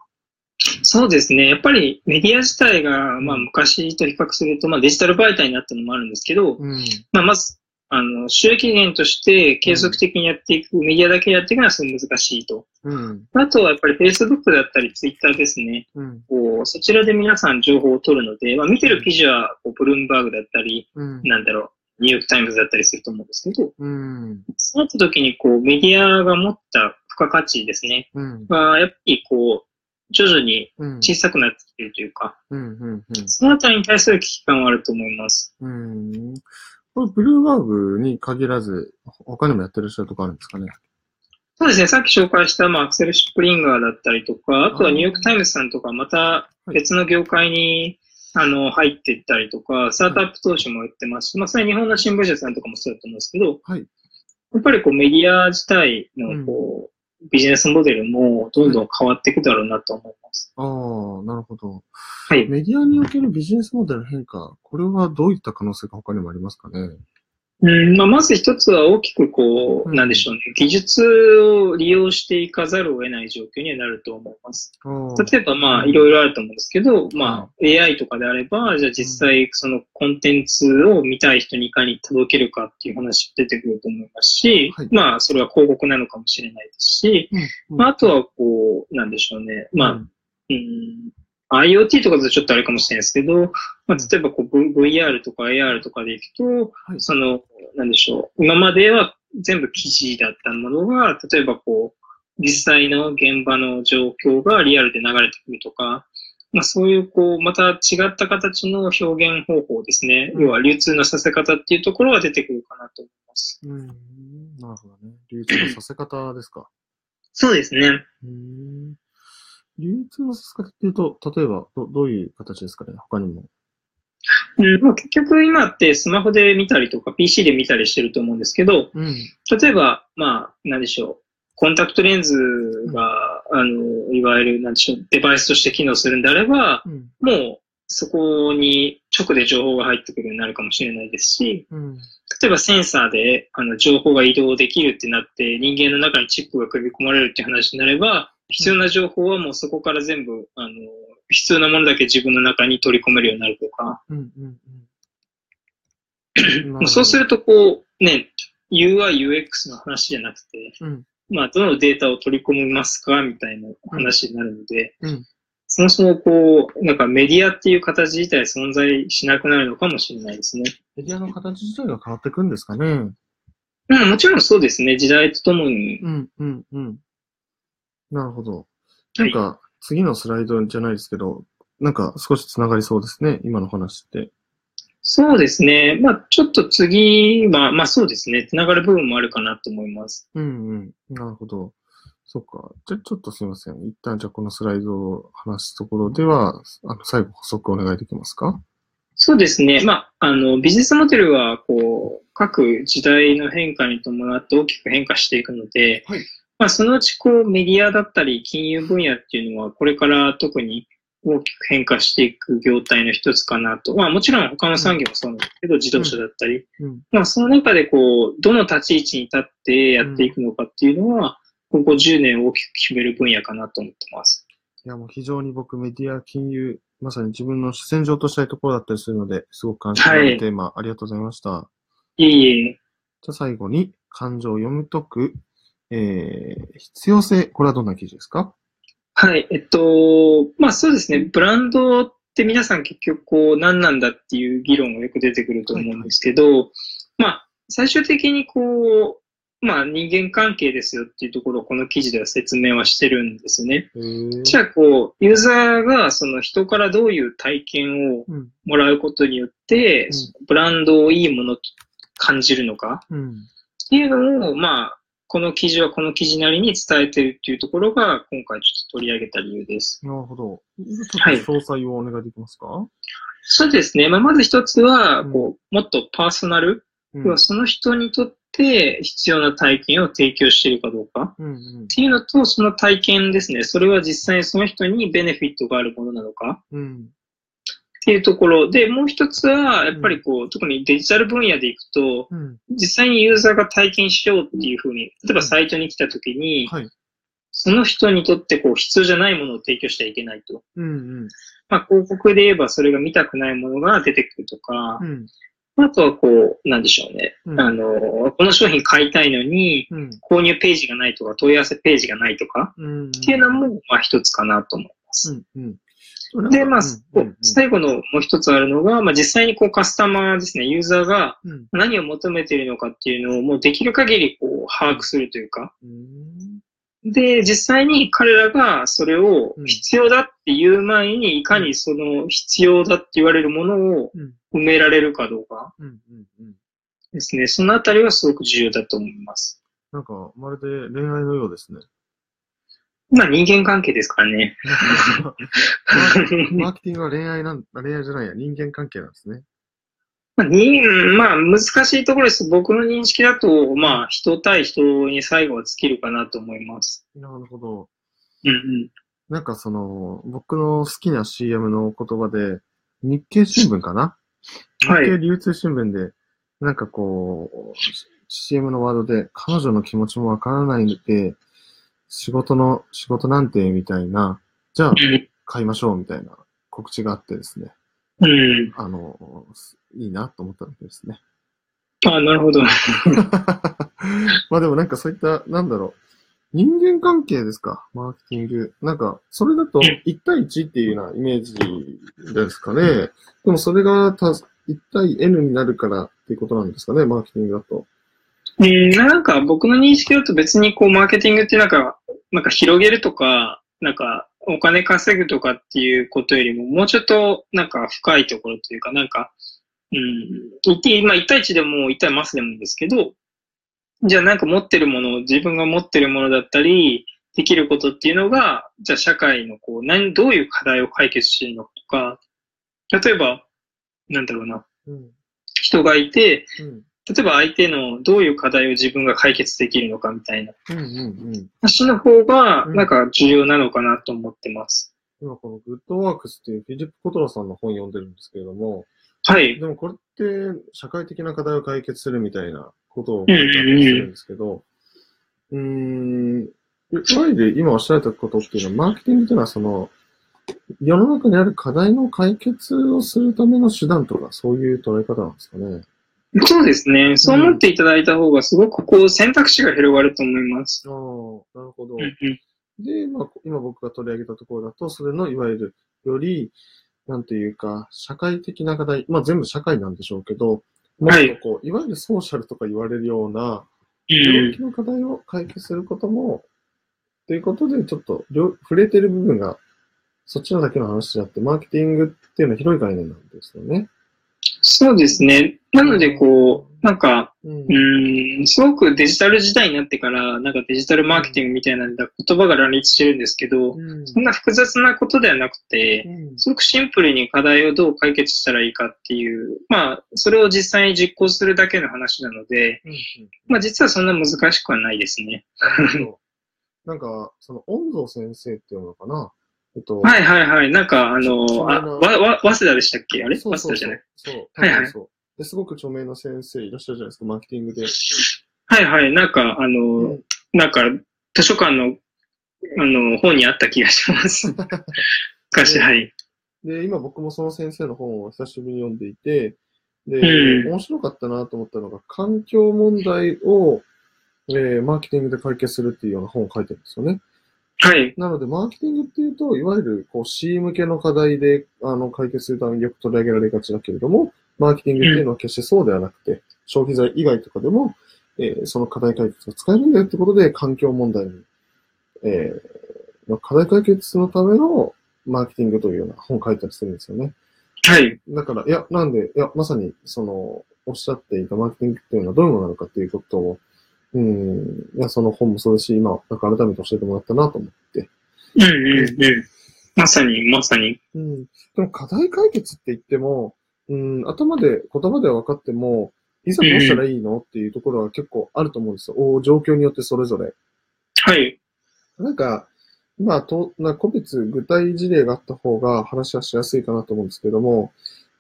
[SPEAKER 1] そうですね。やっぱりメディア自体が、まあ、昔と比較すると、まあ、デジタル媒体になったのもあるんですけど、
[SPEAKER 3] うん
[SPEAKER 1] まあ、まず、あの、収益源として継続的にやっていく、メディアだけやっていくのはすごい難しいと。
[SPEAKER 3] うん
[SPEAKER 1] あとはやっぱり Facebook だったり Twitter ですね。
[SPEAKER 3] うん
[SPEAKER 1] こうそちらで皆さん情報を取るので、まあ、見てる記事はこうブルームバーグだったり、
[SPEAKER 3] うん
[SPEAKER 1] なんだろう、ニューヨークタイムズだったりすると思うんですけど、
[SPEAKER 3] うん
[SPEAKER 1] そうなった時にこうメディアが持った付加価値ですね。
[SPEAKER 3] うん
[SPEAKER 1] まあ、やっぱりこう、徐々に
[SPEAKER 3] うん
[SPEAKER 1] 小さくなってきてるというか、
[SPEAKER 3] うんうんうん
[SPEAKER 1] そのあたりに対する危機感はあると思います。
[SPEAKER 3] うん
[SPEAKER 2] これ、ブルーバーグに限らず、他にもやってらっしゃるとこあるんですかね。
[SPEAKER 1] そうですね、さっき紹介した、まあ、アクセル・シュプリンガーだったりとか、あとはニューヨーク・タイムズさんとか、また別の業界に、あの、入っていったりとか、スタートアップ投資もやってますし、まあ、それは日本の新聞社さんとかもそうだと思うんですけど、
[SPEAKER 2] はい
[SPEAKER 1] やっぱりこう、メディア自体の、こう、ビジネスモデルもどんどん変わっていくだろうなと思います。
[SPEAKER 2] ああ、なるほど。
[SPEAKER 1] はい。
[SPEAKER 2] メディアにおけるビジネスモデルの変化、これはどういった可能性が他にもありますかね。
[SPEAKER 1] うんまあ、まず一つは大きくこ
[SPEAKER 3] う
[SPEAKER 1] う、
[SPEAKER 3] ん
[SPEAKER 1] なんでしょうね、技術を利用していかざるを得ない状況にはなると思います。
[SPEAKER 3] あー
[SPEAKER 1] 例えばまあ、いろいろあると思うんですけど、まあ、AI とかであれば、じゃあ実際そのコンテンツを見たい人にいかに届けるかっていう話出てくると思いますし
[SPEAKER 2] はい、
[SPEAKER 1] まあ、それは広告なのかもしれないですし、
[SPEAKER 3] うん
[SPEAKER 1] まあ、あとはこう、なんでしょうね、まあ、うん、IoT とかだとちょっとあれかもしれないですけど、まあ、例えばこう V- VR とか AR とかでいくと、
[SPEAKER 2] はい
[SPEAKER 1] その、なんでしょう、今までは全部記事だったものが、例えばこう、実際の現場の状況がリアルで流れてくるとか、まあ、そういうこう、また違った形の表現方法ですね。
[SPEAKER 3] うん
[SPEAKER 1] 要は流通のさせ方っていうところが出てくるかなと思います。
[SPEAKER 3] うんうん
[SPEAKER 2] なるほどね。流通のさせ方ですか。
[SPEAKER 1] そうですね。
[SPEAKER 2] うーん流通のさせ方っていうと、例えばど、どういう形ですかね他にも。
[SPEAKER 1] うんまあ、結局今ってスマホで見たりとか PC で見たりしてると思うんですけど、
[SPEAKER 3] うん
[SPEAKER 1] 例えば、まあ、なんでしょう。コンタクトレンズが、あの、いわゆる、なんでしょう、デバイスとして機能するんであれば、
[SPEAKER 3] うん
[SPEAKER 1] もう、そこに直で情報が入ってくるようになるかもしれないですし、
[SPEAKER 3] うん
[SPEAKER 1] 例えばセンサーで、あの、情報が移動できるってなって、人間の中にチップが組み込まれるって話になれば、必要な情報はもうそこから全部、あの、必要なものだけ自分の中に取り込めるようになるとか、
[SPEAKER 3] うんうんうん
[SPEAKER 1] もうそうすると、こう、ね、UI、UX の話じゃなくて、
[SPEAKER 3] うん
[SPEAKER 1] まあ、どのデータを取り込みますかみたいな話になるので、
[SPEAKER 3] うん
[SPEAKER 1] そもそもこう、なんかメディアっていう形自体存在しなくなるのかもしれないですね。
[SPEAKER 2] メディアの形自体が変わっていくんですかね。
[SPEAKER 1] うん、もちろんそうですね。時代とともに。
[SPEAKER 3] うんうんうん
[SPEAKER 2] なるほど。
[SPEAKER 1] は
[SPEAKER 2] なん
[SPEAKER 1] い。
[SPEAKER 2] か、次のスライドじゃないですけど、なんか少し繋がりそうですね。今の話って。
[SPEAKER 1] そうですね。まあ、ちょっと次は、まあそうですね。繋がる部分もあるかなと思います。
[SPEAKER 2] うんうん。なるほど。そっか。じゃあちょっとすいません。一旦じゃあこのスライドを話すところでは、あの最後補足お願いできますか
[SPEAKER 1] そうですね。まあ、あの、ビジネスモデルは、こう、各時代の変化に伴って大きく変化していくので、
[SPEAKER 3] はい
[SPEAKER 1] まあ、そのうち、こう、メディアだったり、金融分野っていうのは、これから特に大きく変化していく業態の一つかなと。まあ、もちろん他の産業もそうなんですけど、自動車だったり。
[SPEAKER 3] うん
[SPEAKER 1] まあ、その中で、こう、どの立ち位置に立ってやっていくのかっていうのは、今後10年を大きく決める分野かなと思ってます。
[SPEAKER 2] いや、もう非常に僕メディア、金融、まさに自分の主戦場としたいところだったりするので、すごく関心のあ
[SPEAKER 1] は
[SPEAKER 2] る
[SPEAKER 1] い
[SPEAKER 2] テーマ、ありがとうございました。
[SPEAKER 1] いえいえ。
[SPEAKER 2] じゃあ最後に、感情を読み解く、えー、必要性、これはどんな記事ですか
[SPEAKER 1] はい、えっと、まあそうですね、ブランドって皆さん結局こう何なんだっていう議論がよく出てくると思うんですけど、まあ最終的にこまあ人間関係ですよっていうところをこの記事では説明はしてるんですよね。
[SPEAKER 4] へー
[SPEAKER 1] じゃあこう、ユーザーがその人からどういう体験を
[SPEAKER 2] うん。
[SPEAKER 1] もらうことによって、
[SPEAKER 2] うん
[SPEAKER 1] そのブランドをいいものと感じるのか
[SPEAKER 2] うん。
[SPEAKER 1] っていうのを、まあ、この記事はこの記事なりに伝えてるっていうところが今回ちょっと取り上げた理由です。
[SPEAKER 2] なるほど。
[SPEAKER 1] はい
[SPEAKER 2] ちょっと詳細をお願いできますか
[SPEAKER 1] そうですね。まあ、まず一つは、
[SPEAKER 2] うん
[SPEAKER 1] こう、もっとパーソナル、
[SPEAKER 2] う
[SPEAKER 1] 要はその人にとって必要な体験を提供しているかどうかっ
[SPEAKER 2] うんうん。
[SPEAKER 1] ていうのと、その体験ですね。それは実際にその人にベネフィットがあるものなのか
[SPEAKER 2] うん。
[SPEAKER 1] っていうところで、もう一つは、やっぱりこう、特にデジタル分野でいくと、
[SPEAKER 2] うん。
[SPEAKER 1] 実際にユーザーが体験しようっていうふうに、例えばサイトに来た時に、
[SPEAKER 2] はい
[SPEAKER 1] その人にとってこう必要じゃないものを提供しちゃいけないと。
[SPEAKER 2] うん。うん。
[SPEAKER 1] まあ、広告で言えばそれが見たくないものが出てくるとか、
[SPEAKER 2] うん。
[SPEAKER 1] あとはこう、なんでしょうね。
[SPEAKER 2] うん
[SPEAKER 1] あの、この商品買いたいのに、
[SPEAKER 2] うん。
[SPEAKER 1] 購入ページがないとか、問い合わせページがないとか、
[SPEAKER 2] うん。
[SPEAKER 1] っていうのも、まあ一つかなと思います。
[SPEAKER 2] うん。
[SPEAKER 1] で、まあ、
[SPEAKER 2] うんうん
[SPEAKER 1] 最後のもう一つあるのが、まあ実際にこうカスタマーですね、ユーザーが
[SPEAKER 2] うん。
[SPEAKER 1] 何を求めているのかっていうのをもうできる限りこう把握するというか、
[SPEAKER 2] うん。
[SPEAKER 1] で、実際に彼らがそれを
[SPEAKER 2] うん
[SPEAKER 1] 必要だっていう前に、いかにその必要だって言われるものを
[SPEAKER 2] うん
[SPEAKER 1] 埋められるかどうか
[SPEAKER 2] うん。うん。うん。
[SPEAKER 1] ですね。そのあたりはすごく重要だと思います。
[SPEAKER 2] なんか、まるで恋愛のようですね。 [LAUGHS]
[SPEAKER 1] まあ人間関係ですからね。
[SPEAKER 2] マーケティングは恋愛なん、恋愛じゃないや、人間関係なんですね。
[SPEAKER 1] [LAUGHS] まあ、にまあ難しいところです。僕の認識だと、まあ人対人に最後は尽きるかなと思います。
[SPEAKER 2] なるほど。
[SPEAKER 1] うんうん。
[SPEAKER 2] なんかその、僕の好きな CM の言葉で、日経新聞かな
[SPEAKER 1] はい
[SPEAKER 2] 日経流通新聞で、なんかこう、CM のワードで、彼女の気持ちもわからないので、仕事の、仕事なんて、みたいな、じゃあ買いましょう、みたいな告知があってですね、
[SPEAKER 1] うん。
[SPEAKER 2] あの、いいなと思ったわけですね。
[SPEAKER 1] あなるほど。
[SPEAKER 2] [LAUGHS] まあでもなんかそういった、なんだろう。人間関係ですかマーケティング。なんか、それだと
[SPEAKER 1] うん
[SPEAKER 2] 1対1っていうようなイメージですかね。でもそれがた1対 N になるからっていうことなんですかねマーケティングだと。
[SPEAKER 1] うん、なんか僕の認識だと別にこうマーケティングってなんか、なんか広げるとか、なんかお金稼ぐとかっていうことよりももうちょっとなんか深いところというかなんか、うん、一対まあ一対一でも一対マスでもいいんですけど、じゃあなんか持ってるものを、自分が持ってるものだったり、できることっていうのが、じゃあ社会のこう、何、どういう課題を解決しているのかとか、例えば、なんだろうな、
[SPEAKER 2] うん。
[SPEAKER 1] 人がいて、
[SPEAKER 2] うん。
[SPEAKER 1] 例えば相手のどういう課題を自分が解決できるのかみたいな
[SPEAKER 2] うんうんうん。
[SPEAKER 1] 話の方が、
[SPEAKER 2] うん
[SPEAKER 1] なんか重要なのかなと思ってます。
[SPEAKER 2] 今このグッドワークスっていうフィリップ・コトラさんの本読んでるんですけれども、
[SPEAKER 1] はい。
[SPEAKER 2] でもこれって社会的な課題を解決するみたいなことを
[SPEAKER 1] うん
[SPEAKER 2] 書
[SPEAKER 1] うんう
[SPEAKER 2] い
[SPEAKER 1] ん
[SPEAKER 2] てあるんですけど、うーん、前で今おっしゃられたことっていうのは、マーケティングというのはその、世の中にある課題の解決をするための手段とか、そういう捉え方なんですかね。
[SPEAKER 1] そうですね。そう思っていただいた方が、すごくこう選択肢が広がると思います。
[SPEAKER 2] ああ、なるほど
[SPEAKER 1] うんうん
[SPEAKER 2] で、まあ、今僕が取り上げたところだと、それのいわゆるより、なんていうか、社会的な課題、まあ全部社会なんでしょうけど、もっ
[SPEAKER 1] はい
[SPEAKER 2] とこう、い、わゆるソーシャルとか言われるような、
[SPEAKER 1] うん
[SPEAKER 2] 病気の課題を解決することも、ということで、ちょっと両触れてる部分が、そっちのだけの話であって、マーケティングっていうのは広い概念なんですよね。
[SPEAKER 1] そうですね。なので、こう、なんか、
[SPEAKER 2] うん
[SPEAKER 1] うーん、すごくデジタル時代になってから、なんかデジタルマーケティングみたいな言葉が乱立してるんですけど、
[SPEAKER 2] うん
[SPEAKER 1] そんな複雑なことではなくて、
[SPEAKER 2] うん
[SPEAKER 1] すごくシンプルに課題をどう解決したらいいかっていう、まあ、それを実際に実行するだけの話なので、まあ、実はそんな難しくはないですね。
[SPEAKER 2] そうなんか、その、温蔵先生っていうのかなえっと、
[SPEAKER 1] はいはいはい。なんか、あ
[SPEAKER 2] そう
[SPEAKER 1] の、あ、
[SPEAKER 2] そう
[SPEAKER 1] わ、わ、早稲田でしたっけあれ
[SPEAKER 2] そ
[SPEAKER 1] 早
[SPEAKER 2] う
[SPEAKER 1] 稲田
[SPEAKER 2] そう
[SPEAKER 1] じ
[SPEAKER 2] そ。
[SPEAKER 1] ゃないう
[SPEAKER 2] そう。
[SPEAKER 1] はいはい
[SPEAKER 2] そうですごく著名な先生いらっしゃるじゃないですか、マーケティングで。
[SPEAKER 1] はいはい。なんか、あの、
[SPEAKER 2] うん
[SPEAKER 1] なんか、図書館の、あの、本にあった気がし
[SPEAKER 2] [LAUGHS]
[SPEAKER 1] ます。昔、はい。
[SPEAKER 2] で、今僕もその先生の本を久しぶりに読んでいて、で、
[SPEAKER 1] うん
[SPEAKER 2] 面白かったなと思ったのが、環境問題を、えーマーケティングで解決するっていうような本を書いてるんですよね。
[SPEAKER 1] はい。
[SPEAKER 2] なので、マーケティングっていうと、いわゆるこう C 向けの課題であの解決するためによく取り上げられがちだけれども、マーケティングっていうのは決してそうではなくて、消費財以外とかでも、ええーその課題解決が使えるんだよってことで、環境問題に、えーの課題解決のためのマーケティングというような本を書いたりするんですよね。
[SPEAKER 1] はい。
[SPEAKER 2] だから、いや、なんで、いや、まさに、その、おっしゃっていたマーケティングっていうのはどういうものなのかっていうことを、うん、いや、その本もそうですし、今、なんか改めて教えてもらったなと思って。
[SPEAKER 1] うんうんうん。まさに、まさに。
[SPEAKER 2] うん。でも課題解決って言っても、うん、頭で、言葉では分かっても、いざどうしたらいいのっていうところは結構あると思うんですよ。お状況によってそれぞれ。
[SPEAKER 1] はい。
[SPEAKER 2] なんか、まあ、と、な、個別具体事例があった方が話はしやすいかなと思うんですけども、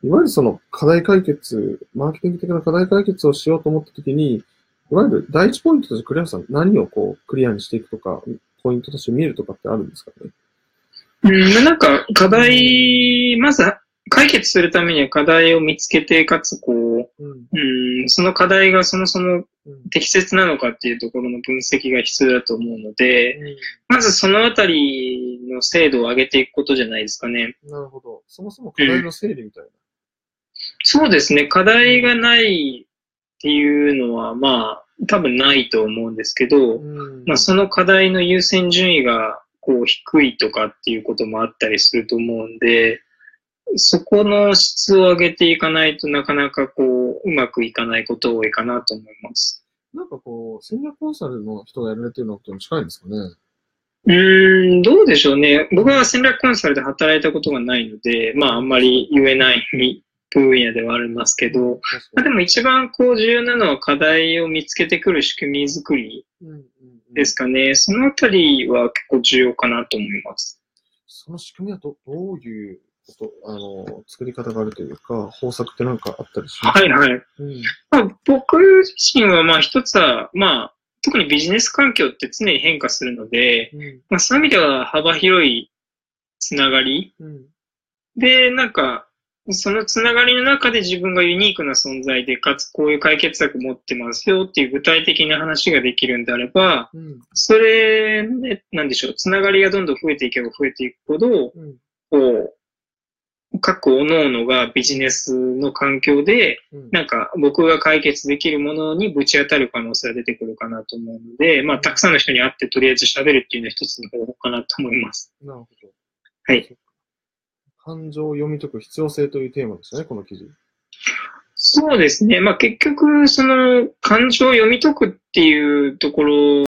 [SPEAKER 2] いわゆるその課題解決、マーケティング的な課題解決をしようと思ったときに、いわゆる第一ポイントとして栗原さん何をこうクリアにしていくとか、ポイントとして見るとかってあるんですかね
[SPEAKER 1] うん、なんか課題、まず解決するためには課題を見つけて、かつこ
[SPEAKER 2] うん。
[SPEAKER 1] う、うん、その課題がそもそも
[SPEAKER 2] うん。
[SPEAKER 1] 適切なのかっていうところの分析が必要だと思うので、まずそのあたりの精度を上げていくことじゃないですかね。
[SPEAKER 2] なるほど。そもそも課題の整理みたいな。
[SPEAKER 1] そうですね、課題がないっていうのは、まあ、多分ないと思うんですけど、
[SPEAKER 2] うん
[SPEAKER 1] まあ、その課題の優先順位がこう低いとかっていうこともあったりすると思うんで、そこの質を上げていかないとなかなかこう、うまくいかないこと多いかなと思います。
[SPEAKER 2] なんかこう、戦略コンサルの人がやられてるのと近いんですかね。
[SPEAKER 1] うーん、どうでしょうね。僕は戦略コンサルで働いたことがないので、まああんまり言えない分野ではありますけど、
[SPEAKER 2] 確
[SPEAKER 1] まあ、
[SPEAKER 2] か
[SPEAKER 1] でも一番こう重要なのは課題を見つけてくる仕組み作り
[SPEAKER 2] に。うんうんうん
[SPEAKER 1] ですかね。そのあたりは結構重要かなと思います。
[SPEAKER 2] その仕組みはどどういうこと、あの、作り方があるというか、方策ってなんかあったりします
[SPEAKER 1] はいはい。
[SPEAKER 2] うん。
[SPEAKER 1] まあ、僕自身はまあ一つは、まあ、特にビジネス環境って常に変化するので、
[SPEAKER 2] うん。
[SPEAKER 1] まあ、そういう意味では幅広いつながり
[SPEAKER 2] うん。
[SPEAKER 1] で、なんか、そのつながりの中で自分がユニークな存在で、かつこういう解決策持ってますよっていう具体的な話ができるんであれば、
[SPEAKER 2] うん。
[SPEAKER 1] それ、ね、なんでしょう、つながりがどんどん増えていけば増えていくほど、
[SPEAKER 2] うん。
[SPEAKER 1] こう、各各々がビジネスの環境で、
[SPEAKER 2] うん。
[SPEAKER 1] なんか僕が解決できるものにぶち当たる可能性が出てくるかなと思うので、まあたくさんの人に会ってとりあえず喋るっていうのは一つの方法かなと思います。
[SPEAKER 2] なるほど。
[SPEAKER 1] はい
[SPEAKER 2] そっか。感情を読み解く必要性というテーマですね、この記事。
[SPEAKER 1] そうですね。まあ結局その感情を読み解くっていうところ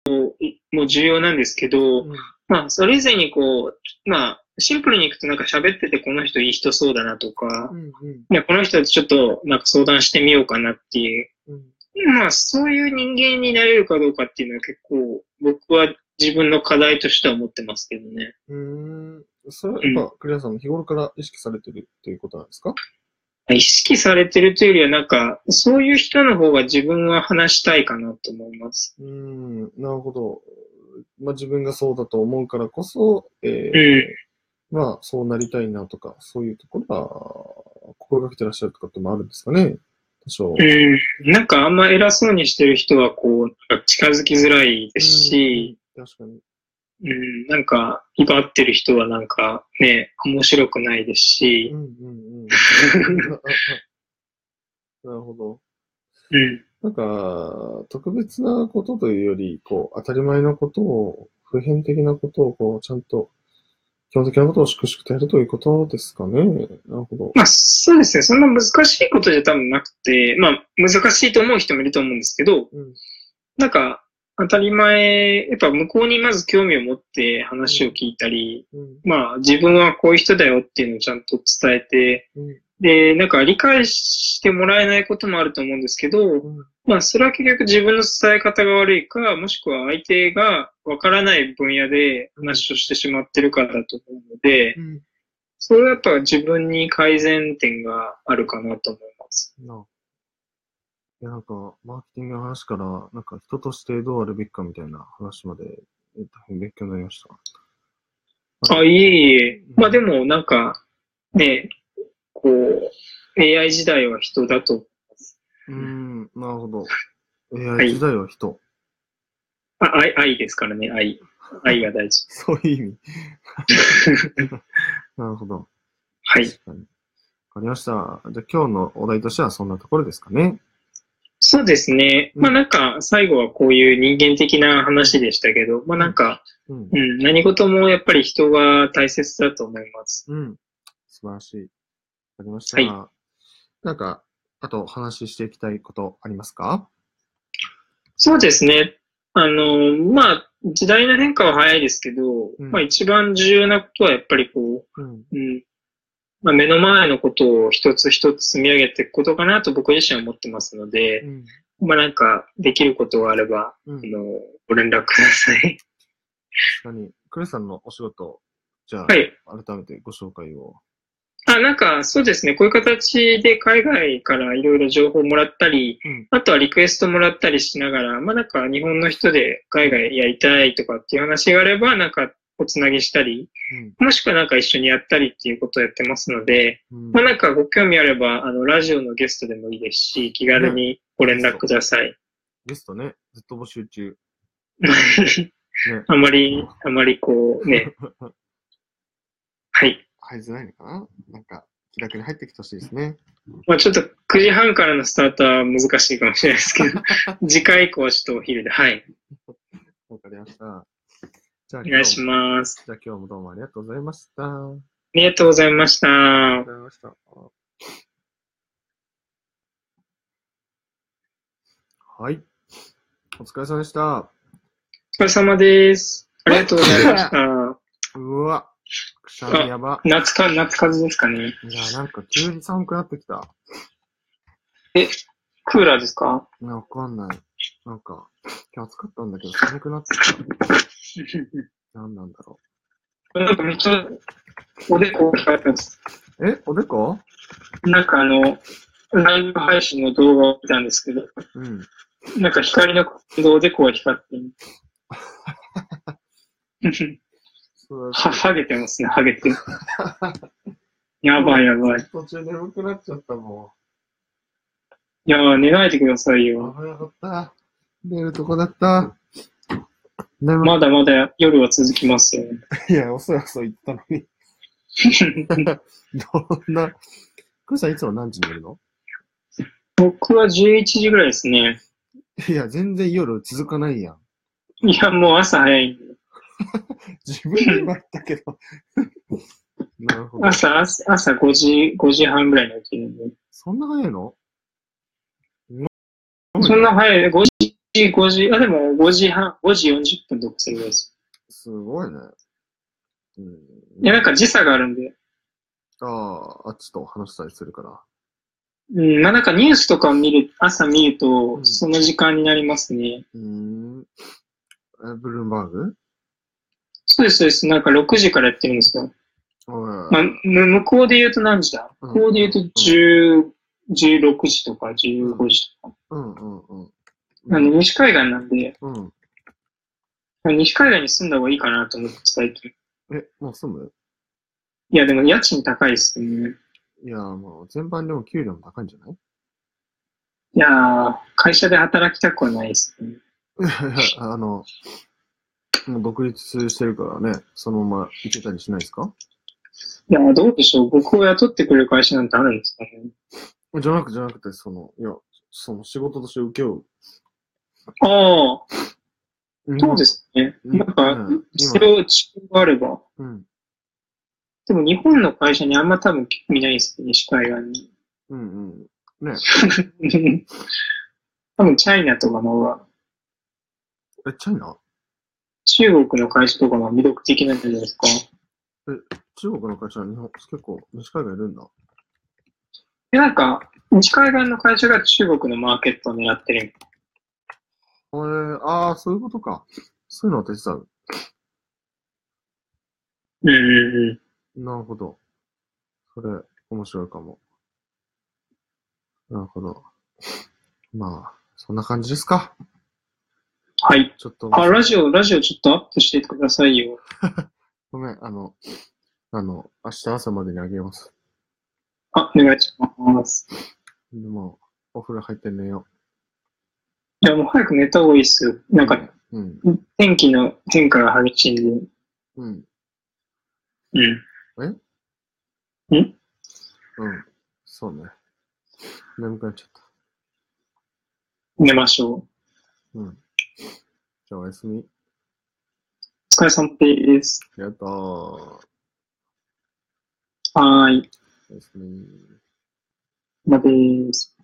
[SPEAKER 1] も重要なんですけど、
[SPEAKER 2] うん。
[SPEAKER 1] まあそれ以前にこう、まあシンプルにいくとなんか喋っててこの人いい人そうだなとか
[SPEAKER 2] う、ん。うん
[SPEAKER 1] いやこの人ちょっとなんか相談してみようかなっていう
[SPEAKER 2] うん。
[SPEAKER 1] まあ、そういう人間になれるかどうかっていうのは結構、僕は自分の課題としては思ってますけどね。
[SPEAKER 2] うーん。それはやっぱ、栗原さんも日頃から意識されてるっていうことなんですか
[SPEAKER 1] 意識されてるというよりは、なんか、そういう人の方が自分は話したいかなと思います。
[SPEAKER 2] うーん、なるほど。まあ、自分がそうだと思うからこそ、え
[SPEAKER 1] う
[SPEAKER 2] ー
[SPEAKER 1] ん。
[SPEAKER 2] まあ、そうなりたいなとか、そういうところは、心がけてらっしゃるとかってもあるんですかね多少。
[SPEAKER 1] うん。なんか、あんま偉そうにしてる人は、こう、なんか近づきづらいですし、
[SPEAKER 2] うん、確かに。
[SPEAKER 1] うん、なんか、威張ってる人はなんか、ね、面白くないですし
[SPEAKER 2] う、ん
[SPEAKER 1] [LAUGHS]
[SPEAKER 2] うんうん。あああなるほど。
[SPEAKER 1] うん。
[SPEAKER 2] なんか、特別なことというより、こう、当たり前のことを、普遍的なことを、こう、ちゃんと、基本的なことを粛々とやるということですかね。なるほど。
[SPEAKER 1] まあ、そうですね。そんな難しいことじゃ多分なくて、まあ、難しいと思う人もいると思うんですけど、
[SPEAKER 2] うん。
[SPEAKER 1] なんか、当たり前、やっぱ向こうにまず興味を持って話を聞いたり、
[SPEAKER 2] うん。
[SPEAKER 1] まあ自分はこういう人だよっていうのをちゃんと伝えて、
[SPEAKER 2] うん
[SPEAKER 1] で、なんか理解してもらえないこともあると思うんですけど、
[SPEAKER 2] うん。
[SPEAKER 1] まあそれは結局自分の伝え方が悪いか、もしくは相手がわからない分野で話をしてしまってるからだと思うので、
[SPEAKER 2] うん
[SPEAKER 1] それはやっぱ自分に改善点があるかなと思います。
[SPEAKER 2] な。いや、なんか、マーケティングの話から、なんか人としてどうあるべきかみたいな話まで、え大変勉強になりました。
[SPEAKER 1] あ、いえいえ
[SPEAKER 2] うん。
[SPEAKER 1] まあでも、なんか、ね、こう、AI 時代は人だと。
[SPEAKER 2] うーん、なるほど。
[SPEAKER 1] は
[SPEAKER 2] AI
[SPEAKER 1] い
[SPEAKER 2] 時代は人。
[SPEAKER 1] あ、愛、愛ですからね、愛。愛が大事。 [LAUGHS]
[SPEAKER 2] そういう意味。なるほど。
[SPEAKER 1] はい。
[SPEAKER 2] 確かに。わかりました。じゃあ今日のお題としてはそんなところですかね。
[SPEAKER 1] そうですね。
[SPEAKER 2] うん
[SPEAKER 1] まあなんか、最後はこういう人間的な話でしたけど、まあなんか、
[SPEAKER 2] うん
[SPEAKER 1] う。ん、何事もやっぱり人が大切だと思います。
[SPEAKER 2] うん。素晴らしい。わかりました。
[SPEAKER 1] は
[SPEAKER 2] なんか、あとお話ししていきたいことありますか
[SPEAKER 1] そうですね。あの、まあ、時代の変化は早いですけど、
[SPEAKER 2] うん
[SPEAKER 1] まあ一番重要なことはやっぱりこ
[SPEAKER 2] うん。
[SPEAKER 1] う、うん、まあ目の前のことを一つ一つ積み上げていくことかなと僕自身は思ってますので、
[SPEAKER 2] ん。
[SPEAKER 1] まあなんかできることがあれば、
[SPEAKER 2] うん
[SPEAKER 1] あ。の、ご連絡ください。
[SPEAKER 2] 確かに、クレさんのお仕事、じゃあ、
[SPEAKER 1] はい。
[SPEAKER 2] 改めてご紹介を。
[SPEAKER 1] あ、なんか、そうですね。こういう形で海外からいろいろ情報もらったり、
[SPEAKER 2] うん
[SPEAKER 1] あとはリクエストもらったりしながら、まあなんか日本の人で海外やりたいとかっていう話があれば、なんかおつなぎしたり、もしくはなんか一緒にやったりっていうことをやってますので、
[SPEAKER 2] うん。うん
[SPEAKER 1] まあなんかご興味あれば、あの、ラジオのゲストでもいいですし、気軽にご連絡ください。
[SPEAKER 2] ゲストね、ずっと募集中。
[SPEAKER 1] [LAUGHS] あまり、あまりこうね、はい。
[SPEAKER 2] 入りづらいのかななんか、気楽に入ってきてほしいですね。
[SPEAKER 1] まあちょっと9時半からのスタートは難しいかもしれないですけど、次回以降はちょっとお昼で、はい。
[SPEAKER 2] わかりました。じゃあ、
[SPEAKER 1] お願いし
[SPEAKER 2] 今日も
[SPEAKER 1] ます。
[SPEAKER 2] じゃあ今日もどうもありがとうございました。あり
[SPEAKER 1] ありがとうございました。
[SPEAKER 2] がとうございました。はい。お疲れ様でした。
[SPEAKER 1] お疲れ様です。ありがとうございました。
[SPEAKER 2] うわ、くしゃみやば。
[SPEAKER 1] 夏か、夏風邪ですかね。
[SPEAKER 2] いや、なんか急に寒くなってきた。
[SPEAKER 1] クーラーですか
[SPEAKER 2] なわかんない。なんか、今日暑かったんだけど寒くなってきた。 [LAUGHS] なんなんだろ
[SPEAKER 1] なんかめっちゃ、おでこが光ってます。
[SPEAKER 2] う。え、おでこ
[SPEAKER 1] なんかあの、ライブ配信の動画を見たんですけど、
[SPEAKER 2] うん。
[SPEAKER 1] なんか光のおでこが光って [LAUGHS] る。
[SPEAKER 2] そう
[SPEAKER 1] は、はげてますね、はげてる。やばいやばい。
[SPEAKER 2] 途中眠くなっちゃったも
[SPEAKER 1] いやー、寝ないでくださいよ。
[SPEAKER 2] 危なかった。寝るとこだった。眠
[SPEAKER 1] まだまだ夜は続きますよ。
[SPEAKER 2] いや、遅い遅い言ったのに。 [LAUGHS] どんな。クーさんいつも何時に寝るの
[SPEAKER 1] 僕は11時ぐらいですね。
[SPEAKER 2] いや、全然夜続かないやん。
[SPEAKER 1] いや、もう朝早い。
[SPEAKER 2] 自分で言ったけ [LAUGHS] ど。なるほど。
[SPEAKER 1] 朝、朝朝5時、5時半ぐらいに起きるんで。
[SPEAKER 2] そんな早いの
[SPEAKER 1] そんな早い、5時、5時、あ、でも5時半、5時40分とかするぐらいです。
[SPEAKER 2] すごいね。うん。
[SPEAKER 1] いや、なんか時差があるんで。
[SPEAKER 2] ああ、あっちと話したりするから。
[SPEAKER 1] うん、まあなんかニュースとか見る、朝見る
[SPEAKER 2] う
[SPEAKER 1] と、
[SPEAKER 2] ん
[SPEAKER 1] その時間になりますね。
[SPEAKER 2] うーん。えブルームバーグ
[SPEAKER 1] そうです、そうです。なんか6時からやってるんですよ。
[SPEAKER 2] おい
[SPEAKER 1] まあ、む向こうで言うと何時だ
[SPEAKER 2] うん
[SPEAKER 1] 向こうで言うと10、16時とか15時とか。
[SPEAKER 2] うんうんうん。
[SPEAKER 1] あの、西海岸なんで、
[SPEAKER 2] うん。
[SPEAKER 1] 西海岸に住んだ方がいいかなと思って最近。
[SPEAKER 2] え、もう住む
[SPEAKER 1] いや、でも家賃高いですね。
[SPEAKER 2] いや、もう全般でも給料も高いんじゃない [LAUGHS]
[SPEAKER 1] いやー、会社で働きたくはないですね。
[SPEAKER 2] あの、もう独立してるからね、そのまま行けたりしないですか
[SPEAKER 1] いや、どうでしょう。僕を雇ってくれる会社なんてあるんですかね。
[SPEAKER 2] じゃなくじゃなくて、その、いや、その仕事として受けよ
[SPEAKER 1] ああ、
[SPEAKER 2] う。
[SPEAKER 1] そうですね。
[SPEAKER 2] うん
[SPEAKER 1] なんか
[SPEAKER 2] うん、
[SPEAKER 1] それを知識があれば。
[SPEAKER 2] うん。
[SPEAKER 1] でも日本の会社にあんま多分興味ないですね、西海岸に。
[SPEAKER 2] うんうん。ね
[SPEAKER 1] [LAUGHS] 多分チャイナとかの方が、
[SPEAKER 2] え、チャイナ
[SPEAKER 1] 中国の会社とかが魅力的なんじゃないですか。い
[SPEAKER 2] 中国の会社は日本、結構西海外いるんだ。
[SPEAKER 1] や、なんか、西海岸の会社が中国のマーケットを狙ってる。
[SPEAKER 2] えー、ああ、そういうことか。そういうのは手伝う。
[SPEAKER 1] うんうんうん。
[SPEAKER 2] なるほど。それ、面白いかも。なるほど。まあ、そんな感じですか。
[SPEAKER 1] はい。
[SPEAKER 2] ちょっと、
[SPEAKER 1] あ、ラジオ、ラジオちょっとアップしてくださいよ。
[SPEAKER 2] ごめん、あの、あの、明日朝までにあげます。
[SPEAKER 1] あ、お願いします。
[SPEAKER 2] でも、お風呂入って寝よ
[SPEAKER 1] いや、もう早く寝た方がいいっすよ。
[SPEAKER 2] う。
[SPEAKER 1] なんか、
[SPEAKER 2] うん、
[SPEAKER 1] 天気の変化が激しいんで。
[SPEAKER 2] うん、
[SPEAKER 1] うん。
[SPEAKER 2] うん。そうね。眠くなっちゃった。
[SPEAKER 1] 寝ましょう。
[SPEAKER 2] うん。じゃあおやすみ。
[SPEAKER 1] お疲れ様です。
[SPEAKER 2] ありがと
[SPEAKER 1] はーい。
[SPEAKER 2] う。おやすみ。
[SPEAKER 1] またです。